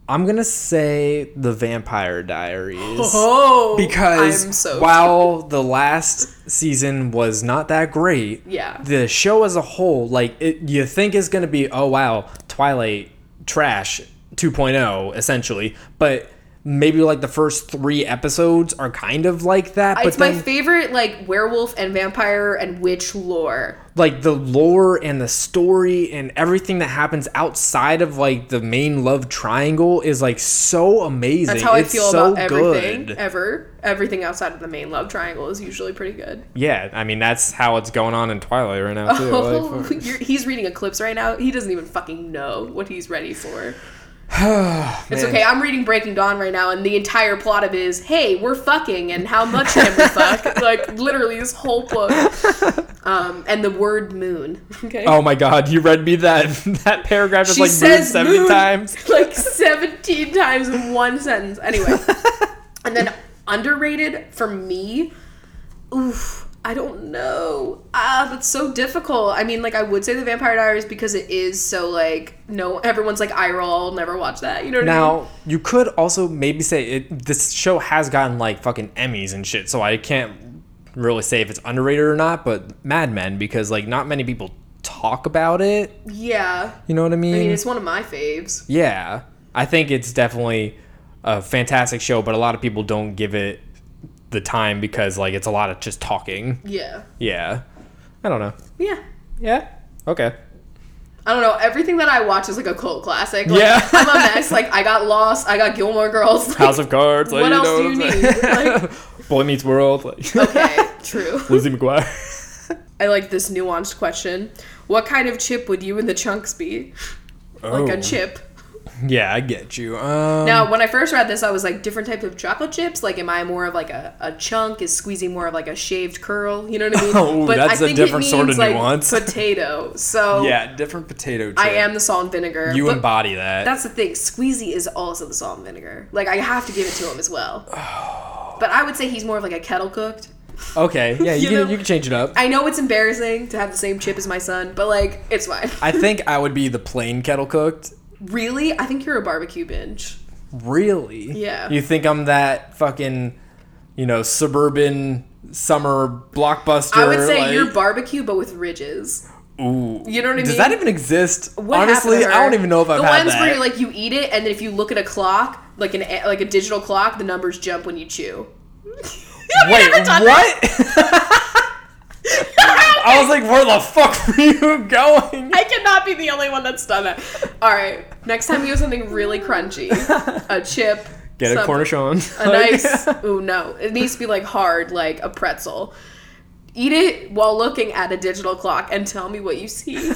Speaker 1: I'm gonna say the Vampire Diaries.
Speaker 2: oh,
Speaker 1: because
Speaker 2: I'm so
Speaker 1: while the last season was not that great,
Speaker 2: Yeah.
Speaker 1: the show as a whole, like it, you think is going to be, oh wow, Twilight trash 2.0 essentially, but maybe like the first three episodes are kind of like that, but
Speaker 2: it's
Speaker 1: then
Speaker 2: my favorite like werewolf and vampire and witch lore.
Speaker 1: like the lore and the story and everything that happens outside of like the main love triangle is like so amazing.
Speaker 2: That's how I
Speaker 1: It's
Speaker 2: feel
Speaker 1: so
Speaker 2: about everything
Speaker 1: good.
Speaker 2: ever. Everything outside of the main love triangle is usually pretty good.
Speaker 1: Yeah, I mean that's how it's going on in Twilight right now too. Like,
Speaker 2: Oh, you're, he's reading Eclipse right now. He doesn't even fucking know what he's ready for. It's
Speaker 1: Man.
Speaker 2: okay. I'm reading Breaking Dawn right now, and the entire plot of it is, "Hey, we're fucking, and how much can we fuck?" like literally this whole book. Um, and the word moon. Okay.
Speaker 1: Oh my god, you read me that that paragraph is
Speaker 2: she
Speaker 1: like moved
Speaker 2: says
Speaker 1: seventy
Speaker 2: moon
Speaker 1: times.
Speaker 2: like seventeen times in one sentence. Anyway, and then underrated for me. Oof, I don't know. Ah, that's so difficult. I mean, like I would say the Vampire Diaries because it is so like no, everyone's like I roll, never watch that. You know what I mean?
Speaker 1: Now you could also maybe say it, this show has gotten like fucking Emmys and shit, so I can't really say if it's underrated or not. But Mad Men because like not many people talk about it.
Speaker 2: Yeah,
Speaker 1: You know what I mean?
Speaker 2: I mean it's one of my faves.
Speaker 1: yeah, I think it's definitely a fantastic show, but a lot of people don't give it the time because like it's a lot of just talking.
Speaker 2: Yeah.
Speaker 1: Yeah, I don't know.
Speaker 2: Yeah.
Speaker 1: Yeah, okay.
Speaker 2: I don't know. Everything that I watch is like a cult classic. Like,
Speaker 1: Yeah.
Speaker 2: I'm a mess. Like I got lost. I got Gilmore Girls. Like,
Speaker 1: House of Cards. like,
Speaker 2: what else
Speaker 1: know
Speaker 2: do you
Speaker 1: what I'm
Speaker 2: need?
Speaker 1: saying?
Speaker 2: Like,
Speaker 1: Boy Meets World, like
Speaker 2: okay, true.
Speaker 1: Lizzie McGuire.
Speaker 2: I like this nuanced question. What kind of chip would you and the chunks be? Like a chip.
Speaker 1: Oh, Yeah, I get you. Um,
Speaker 2: Now, when I first read this, I was like, different types of chocolate chips. Like, am I more of like a, a chunk? Is squeezing more of like a shaved curl? You know what I mean?
Speaker 1: Oh, that's a
Speaker 2: it
Speaker 1: different sort of
Speaker 2: means, like,
Speaker 1: nuance.
Speaker 2: Potato. So
Speaker 1: yeah, different potato chip.
Speaker 2: I am the salt and vinegar.
Speaker 1: You
Speaker 2: but
Speaker 1: embody that.
Speaker 2: that's the thing. Squeezy is also the salt and vinegar. Like, I have to give it to him as well. But I would say he's more of like a kettle cooked.
Speaker 1: okay. Yeah, you,
Speaker 2: you
Speaker 1: can,
Speaker 2: know-
Speaker 1: you can change it up.
Speaker 2: I know it's embarrassing to have the same chip as my son, but like, it's fine.
Speaker 1: I think I would be the plain kettle cooked.
Speaker 2: Really? I think you're a barbecue binge.
Speaker 1: Really?
Speaker 2: Yeah.
Speaker 1: You think I'm that fucking, you know, suburban summer blockbuster?
Speaker 2: I would say
Speaker 1: like-
Speaker 2: you're barbecue, but with ridges.
Speaker 1: Ooh.
Speaker 2: You know what I
Speaker 1: Does
Speaker 2: mean?
Speaker 1: that even exist?
Speaker 2: What happened
Speaker 1: Honestly,
Speaker 2: to her?
Speaker 1: I don't even know if I've
Speaker 2: the
Speaker 1: had
Speaker 2: ones
Speaker 1: that.
Speaker 2: where you like you eat it, and then if you look at a clock, like an like a digital clock, the numbers jump when you chew. Have you
Speaker 1: Wait,
Speaker 2: never done that?
Speaker 1: what? Oh. I was like, where the fuck were you going?
Speaker 2: I cannot be the only one that's done that. All right, next time you have something really crunchy, a chip.
Speaker 1: Get a
Speaker 2: some-
Speaker 1: cornichon.
Speaker 2: A nice. Ooh no, it needs to be like hard, like a pretzel. Eat it while looking at a digital clock and tell me what you see.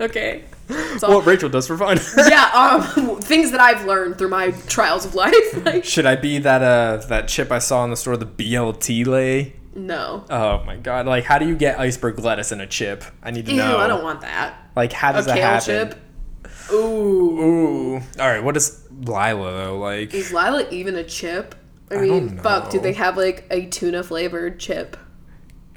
Speaker 2: okay. That's all.
Speaker 1: what Rachel does for fun.
Speaker 2: yeah, um, things that I've learned through my trials of life. Like,
Speaker 1: Should I be that uh that chip I saw in the store, the BLT lay?
Speaker 2: no.
Speaker 1: Oh my god! Like, how do you get iceberg lettuce in a chip? I need to
Speaker 2: Ew,
Speaker 1: know.
Speaker 2: I don't want that.
Speaker 1: Like, how
Speaker 2: A
Speaker 1: does that
Speaker 2: kale
Speaker 1: happen?
Speaker 2: chip. Ooh.
Speaker 1: Ooh. All right. What is Lila though? Like,
Speaker 2: Is Lila even a chip? I
Speaker 1: I don't
Speaker 2: mean, fuck, do
Speaker 1: know.
Speaker 2: they have like a tuna flavored chip?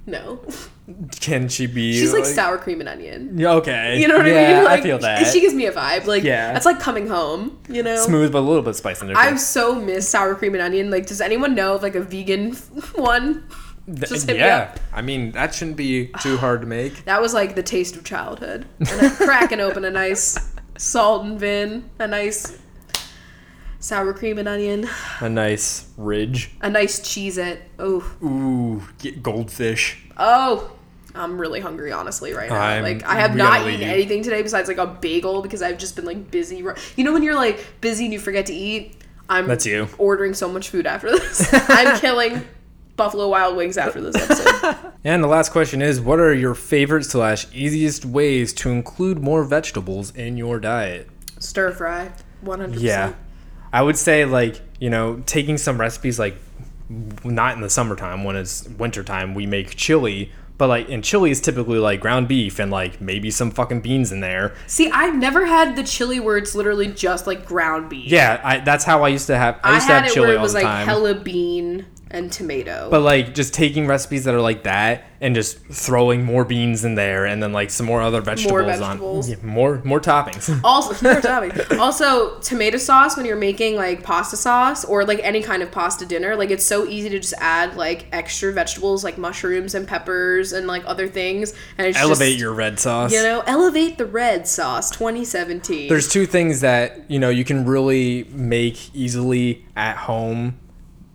Speaker 2: No.
Speaker 1: can she be?
Speaker 2: She's like sour cream and onion.
Speaker 1: Yeah, Okay.
Speaker 2: You know what I
Speaker 1: Yeah,
Speaker 2: mean? Like,
Speaker 1: I feel that.
Speaker 2: She gives me a vibe. Like,
Speaker 1: Yeah.
Speaker 2: that's like coming home, you know?
Speaker 1: Smooth, but a little bit spicy. in
Speaker 2: I so miss sour cream and onion. Like, does anyone know of like a vegan one? just hit me
Speaker 1: yeah. I mean, that shouldn't be too hard to make.
Speaker 2: That was like the taste of childhood. And I'm cracking open a nice salt and vin, a nice sour cream and onion,
Speaker 1: A nice ridge.
Speaker 2: a nice cheese it. Oh,
Speaker 1: Ooh, get goldfish.
Speaker 2: oh. I'm really hungry, honestly, right now.
Speaker 1: I'm
Speaker 2: like, I have not
Speaker 1: really-
Speaker 2: eaten anything today besides like a bagel because I've just been like busy. ru- You know, when you're like busy and you forget to eat, I'm
Speaker 1: That's you.
Speaker 2: ordering so much food after this. I'm killing Buffalo Wild Wings after this episode.
Speaker 1: And the last question is what are your favorite slash easiest ways to include more vegetables in your diet?
Speaker 2: Stir fry, one hundred
Speaker 1: Yeah.
Speaker 2: percent.
Speaker 1: I would say like, you know, taking some recipes like w- not in the summertime when it's wintertime, we make chili, but like and chili is typically like ground beef and like maybe some fucking beans in there.
Speaker 2: See, I've never had the chili where it's literally just like ground beef.
Speaker 1: Yeah, I, that's how I used to have I
Speaker 2: I
Speaker 1: used to
Speaker 2: had
Speaker 1: have
Speaker 2: it
Speaker 1: chili
Speaker 2: where it
Speaker 1: all
Speaker 2: was
Speaker 1: the
Speaker 2: like
Speaker 1: time.
Speaker 2: hella bean and tomato.
Speaker 1: but like just taking recipes that are like that and just throwing more beans in there and then like some more other vegetables,
Speaker 2: vegetables.
Speaker 1: on yeah, more more toppings.
Speaker 2: also, you're dumb. also tomato sauce when you're making like pasta sauce or like any kind of pasta dinner, like it's so easy to just add like extra vegetables like mushrooms and peppers and like other things, and it's
Speaker 1: Elevate
Speaker 2: just,
Speaker 1: your red sauce.
Speaker 2: you know elevate the red sauce 2017.
Speaker 1: There's two things that you know you can really make easily at home,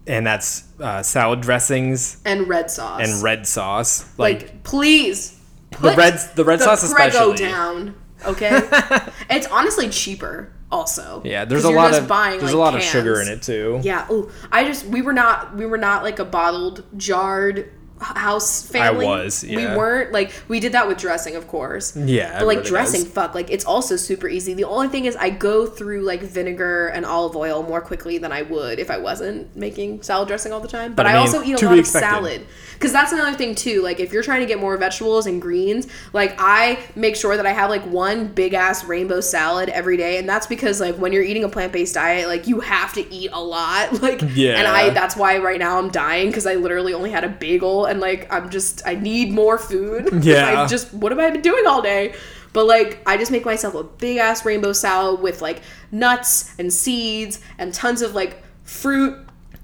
Speaker 1: and that's uh, salad dressings
Speaker 2: and red sauce
Speaker 1: and red sauce.
Speaker 2: like,
Speaker 1: Like,
Speaker 2: please
Speaker 1: the
Speaker 2: put
Speaker 1: red the red sauce
Speaker 2: Prego
Speaker 1: especially.
Speaker 2: down. Okay, it's honestly cheaper. Also,
Speaker 1: Yeah, there's
Speaker 2: 'Cause
Speaker 1: a
Speaker 2: you're
Speaker 1: lot
Speaker 2: just
Speaker 1: of
Speaker 2: buying,
Speaker 1: there's
Speaker 2: like,
Speaker 1: a lot of
Speaker 2: cans.
Speaker 1: sugar in it too.
Speaker 2: Yeah. Oh, I just we were not we were not like a bottled jarred house family.
Speaker 1: was, yeah.
Speaker 2: We weren't like we did that with dressing, of course.
Speaker 1: Yeah,
Speaker 2: But like
Speaker 1: everybody
Speaker 2: dressing,
Speaker 1: does.
Speaker 2: fuck, like it's also super easy. The only thing is I go through like vinegar and olive oil more quickly than I would if I wasn't making salad dressing all the time. But,
Speaker 1: I
Speaker 2: I,
Speaker 1: mean,
Speaker 2: also eat
Speaker 1: to
Speaker 2: a lot
Speaker 1: be
Speaker 2: of
Speaker 1: expected.
Speaker 2: salad. Because that's another thing too. Like if you're trying to get more vegetables and greens, like I make sure that I have like one big ass rainbow salad every day, and that's because like when you're eating a plant based diet, like you have to eat a lot. Like
Speaker 1: Yeah.
Speaker 2: and I that's why right now I'm dying because I literally only had a bagel and like I'm just I need more food.
Speaker 1: Yeah.
Speaker 2: I just what have I been doing all day? But like I just make myself a big ass rainbow salad with like nuts and seeds and tons of like fruit.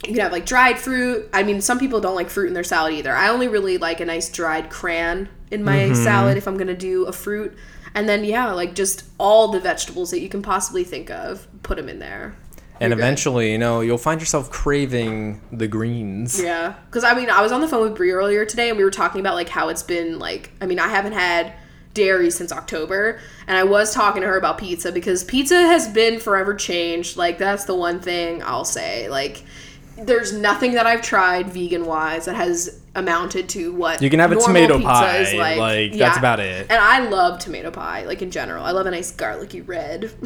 Speaker 2: You can have like dried fruit. I mean, some people don't like fruit in their salad either. I only really like a nice dried cran in my salad if I'm gonna do a fruit. And then yeah, like just all the vegetables that you can possibly think of, put them in there.
Speaker 1: And
Speaker 2: You're good.
Speaker 1: eventually, you know, you'll find yourself craving the greens.
Speaker 2: Yeah, because I mean, I was on the phone with Brie earlier today, and we were talking about like how it's been like. I mean, I haven't had dairy since October, and I was talking to her about pizza because pizza has been forever changed. Like that's the one thing I'll say. Like, there's nothing that I've tried vegan wise that has amounted to what
Speaker 1: You can have a
Speaker 2: normal
Speaker 1: tomato
Speaker 2: pizza
Speaker 1: pie,
Speaker 2: is
Speaker 1: like, that's about it.
Speaker 2: And I love tomato pie, like in general. I love a nice garlicky red,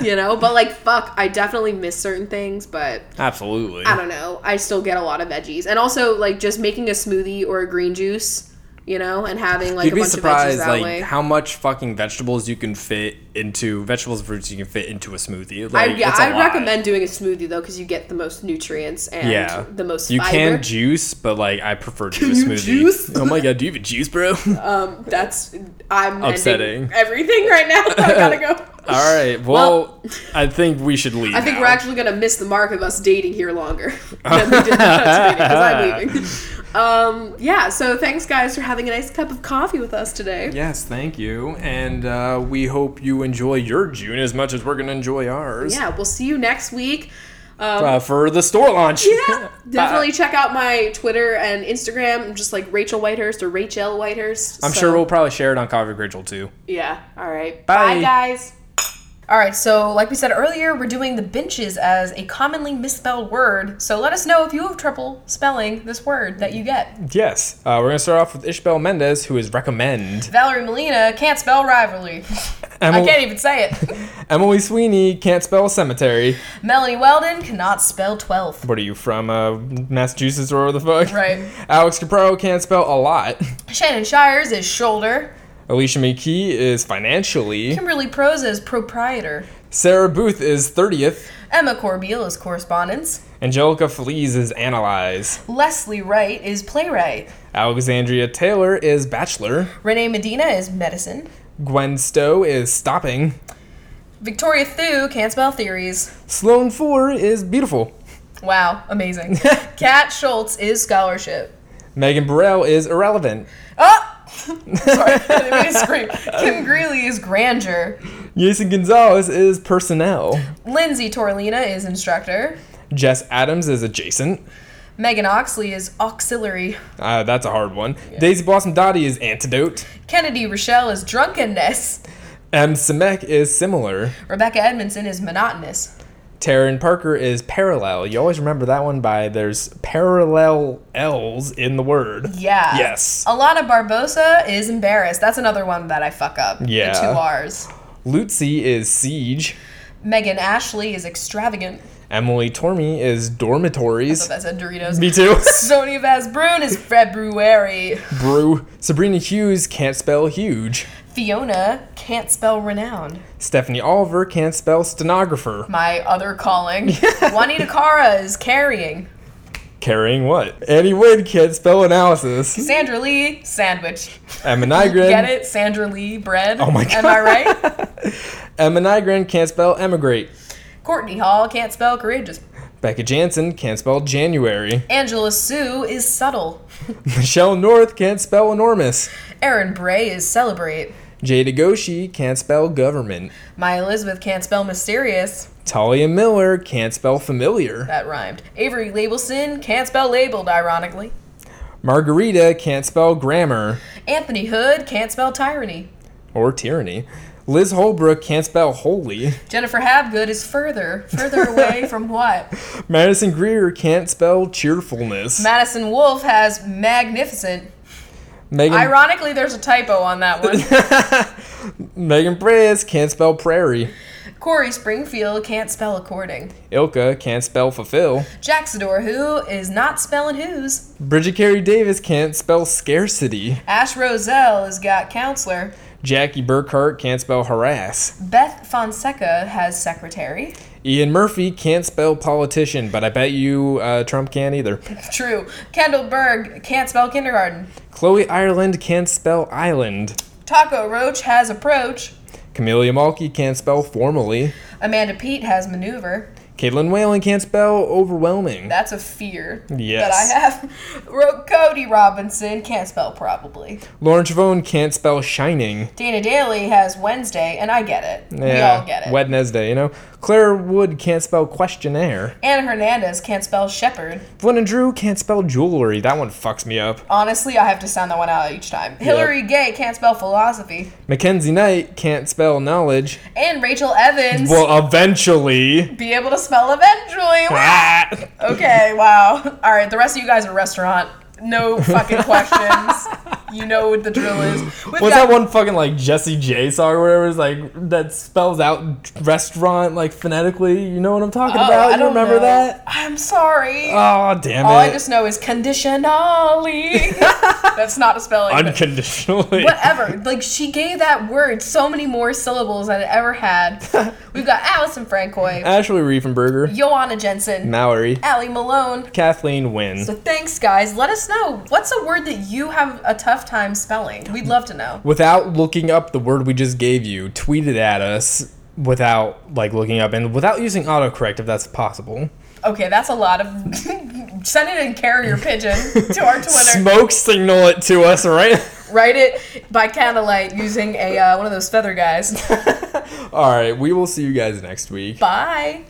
Speaker 2: you know. But like, fuck, I definitely miss certain things, but.
Speaker 1: Absolutely.
Speaker 2: I don't know. I still get a lot of veggies, and also like just making a smoothie or a green juice, you know, and having like
Speaker 1: You'd
Speaker 2: a
Speaker 1: be
Speaker 2: bunch of veggies
Speaker 1: surprised,
Speaker 2: that
Speaker 1: like
Speaker 2: way.
Speaker 1: how much fucking vegetables you can fit into vegetables and fruits you can fit into a smoothie.
Speaker 2: I,
Speaker 1: Like,
Speaker 2: yeah,
Speaker 1: it's a
Speaker 2: I'd
Speaker 1: lot.
Speaker 2: recommend doing a smoothie though, because you get the most nutrients and
Speaker 1: Yeah,
Speaker 2: the most
Speaker 1: You
Speaker 2: fiber.
Speaker 1: can juice, but like I prefer to do a
Speaker 2: you
Speaker 1: smoothie.
Speaker 2: juice?
Speaker 1: Oh my god, do you even juice, bro?
Speaker 2: um, that's I'm
Speaker 1: Upsetting.
Speaker 2: upsetting everything right now. I gotta go.
Speaker 1: All right. Well, I think we should leave.
Speaker 2: I think
Speaker 1: now.
Speaker 2: we're actually gonna miss the mark of us dating here longer than we did because I'm leaving. Um, yeah, so thanks guys for having a nice cup of coffee with us today.
Speaker 1: Yes, thank you, and uh, we hope you enjoy your June as much as we're gonna enjoy ours.
Speaker 2: Yeah, we'll see you next week. Um,
Speaker 1: Uh, for the store launch.
Speaker 2: yeah, definitely check out my Twitter and Instagram. I'm just like Rachel Whitehurst or Rachel Whitehurst.
Speaker 1: I'm
Speaker 2: so-
Speaker 1: sure we'll probably share it on Coffee with Rachel too.
Speaker 2: Yeah. All right.
Speaker 1: Bye.
Speaker 2: Bye, guys. All right, so like we said earlier, we're doing the benches as a commonly misspelled word. So let us know if you have trouble spelling this word that you get.
Speaker 1: Yes, uh, we're gonna start off with Ishbel Mendez, who is recommend.
Speaker 2: Valerie Molina can't spell rivalry. I
Speaker 1: Emily-
Speaker 2: can't even say it.
Speaker 1: Emily Sweeney can't spell cemetery.
Speaker 2: Melanie Weldon cannot spell 12th.
Speaker 1: What are you from, uh, Massachusetts or where the fuck?
Speaker 2: Right.
Speaker 1: Alex Capro can't spell a lot.
Speaker 2: Shannon Shires is shoulder.
Speaker 1: Alicia McKee is financially.
Speaker 2: Kimberly Prose is proprietor.
Speaker 1: Sarah Booth is 30th.
Speaker 2: Emma Corbeil is correspondence.
Speaker 1: Angelica Feliz is analyze.
Speaker 2: Leslie Wright is playwright.
Speaker 1: Alexandria Taylor is bachelor.
Speaker 2: Renee Medina is medicine.
Speaker 1: Gwen Stowe is stopping.
Speaker 2: Victoria Thu can't spell theories.
Speaker 1: Sloan Four is beautiful.
Speaker 2: Wow, amazing. Kat Schultz is scholarship.
Speaker 1: Megan Burrell is irrelevant.
Speaker 2: Oh! Sorry, I didn't mean to scream. Kim Greeley is grandeur.
Speaker 1: Jason Gonzalez is personnel.
Speaker 2: Lindsay Torlina is instructor.
Speaker 1: Jess Adams is adjacent.
Speaker 2: Megan Oxley is auxiliary.
Speaker 1: Uh, that's a hard one. Daisy Blossom Dottie is antidote.
Speaker 2: Kennedy Rochelle is drunkenness.
Speaker 1: M. Simek Um, is similar.
Speaker 2: Rebecca Edmondson is monotonous.
Speaker 1: Taryn Parker is parallel. You always remember that one by there's parallel L's in the word.
Speaker 2: Yeah.
Speaker 1: Yes.
Speaker 2: Alana Barbosa is embarrassed. That's another one that I fuck up.
Speaker 1: Yeah.
Speaker 2: The two R's.
Speaker 1: Lutzi is siege.
Speaker 2: Megan Ashley is extravagant.
Speaker 1: Emily Tormey is
Speaker 2: So
Speaker 1: dormitories.
Speaker 2: that's said Doritos.
Speaker 1: Me too.
Speaker 2: Sonia Vaz Brune is February.
Speaker 1: Brew. Sabrina Hughes can't spell huge.
Speaker 2: Fiona can't spell renown.
Speaker 1: Stephanie Oliver can't spell stenographer.
Speaker 2: My other calling. Juanita Cara is carrying.
Speaker 1: Carrying what? Annie Wynn can't spell analysis.
Speaker 2: Sandra Lee, sandwich.
Speaker 1: Emma Nigren.
Speaker 2: Get it? Sandra Lee, bread.
Speaker 1: Oh my
Speaker 2: Am I right?
Speaker 1: Emma Nigren can't spell emigrate.
Speaker 2: Courtney Hall can't spell courageous.
Speaker 1: Becca Jansen can't spell January.
Speaker 2: Angela Sue is subtle.
Speaker 1: Michelle North can't spell enormous.
Speaker 2: Erin Bray is celebrate.
Speaker 1: Jada Goshi can't spell government.
Speaker 2: My Elizabeth can't spell mysterious.
Speaker 1: Talia Miller can't spell familiar.
Speaker 2: That rhymed. Avery Labelson can't spell labeled, ironically.
Speaker 1: Margarita can't spell grammar
Speaker 2: Anthony Hood can't spell tyranny.
Speaker 1: or tyranny. Liz Holbrook can't spell holy.
Speaker 2: Jennifer Habgood is further. Further away from what?
Speaker 1: Madison Greer can't spell cheerfulness.
Speaker 2: Madison Wolfe has magnificent.
Speaker 1: Megan
Speaker 2: Ironically, there's a typo on that one.
Speaker 1: Megan Perez can't spell prairie.
Speaker 2: Corey Springfield can't spell according.
Speaker 1: Ilka can't spell fulfill.
Speaker 2: Jaxador Who is not spelling who's.
Speaker 1: Bridget Carey Davis can't spell scarcity.
Speaker 2: Ash Roselle has got counselor.
Speaker 1: Jackie Burkhart can't spell harass.
Speaker 2: Beth Fonseca has secretary.
Speaker 1: Ian Murphy can't spell politician, but I bet you uh, Trump can't either.
Speaker 2: True. Kendall Berg can't spell kindergarten.
Speaker 1: Chloe Ireland can't spell island.
Speaker 2: Taco Roach has approach.
Speaker 1: Camelia Malky can't spell formally.
Speaker 2: Amanda Pete has maneuver.
Speaker 1: Caitlin Whalen can't spell overwhelming.
Speaker 2: That's a fear
Speaker 1: Yes.
Speaker 2: that I have. Ro- Cody Robinson can't spell probably.
Speaker 1: Lauren Chavone can't spell shining.
Speaker 2: Dana Daly has Wednesday, and I get it. we
Speaker 1: Yeah,
Speaker 2: all get it.
Speaker 1: Wednesday, you know. Claire Wood can't spell questionnaire.
Speaker 2: Anna Hernandez can't spell shepherd.
Speaker 1: Flynn and Drew can't spell jewelry. That one fucks me up.
Speaker 2: Honestly, I have to sound that one out each time. Hillary Gay can't spell philosophy.
Speaker 1: Mackenzie Knight can't spell knowledge.
Speaker 2: And Rachel Evans
Speaker 1: Well, eventually.
Speaker 2: be able to spell eventually. Wow.
Speaker 1: Ah.
Speaker 2: okay, wow. All right, the rest of you guys are restaurant. No fucking questions. you know what the drill is. We've
Speaker 1: What's
Speaker 2: got-
Speaker 1: that one fucking like Jesse J song or whatever is like that spells out restaurant like phonetically? You know what I'm talking
Speaker 2: Oh,
Speaker 1: about?
Speaker 2: I
Speaker 1: You
Speaker 2: don't
Speaker 1: remember
Speaker 2: know.
Speaker 1: that?
Speaker 2: I'm sorry.
Speaker 1: Oh damn
Speaker 2: All
Speaker 1: it!
Speaker 2: I just know is conditionally. That's not a spelling. but-
Speaker 1: Unconditionally.
Speaker 2: Whatever. Like she gave that word so many more syllables than it ever had. We've got Allison Francois,
Speaker 1: Ashley Riefenberger,
Speaker 2: Joanna Jensen,
Speaker 1: Mallory,
Speaker 2: Allie Malone.
Speaker 1: Kathleen Wynn.
Speaker 2: So thanks, guys. Let us know what's a word that you have a tough time spelling. We'd love to know.
Speaker 1: without looking up the word we just gave you, tweet it at us without like looking up and without using autocorrect if that's possible.
Speaker 2: Okay, that's a lot of. Send it in carrier pigeon to our Twitter.
Speaker 1: Smoke signal it to us, right?
Speaker 2: Write it by candlelight using a uh, one of those feather guys.
Speaker 1: All right, we will see you guys next week.
Speaker 2: Bye.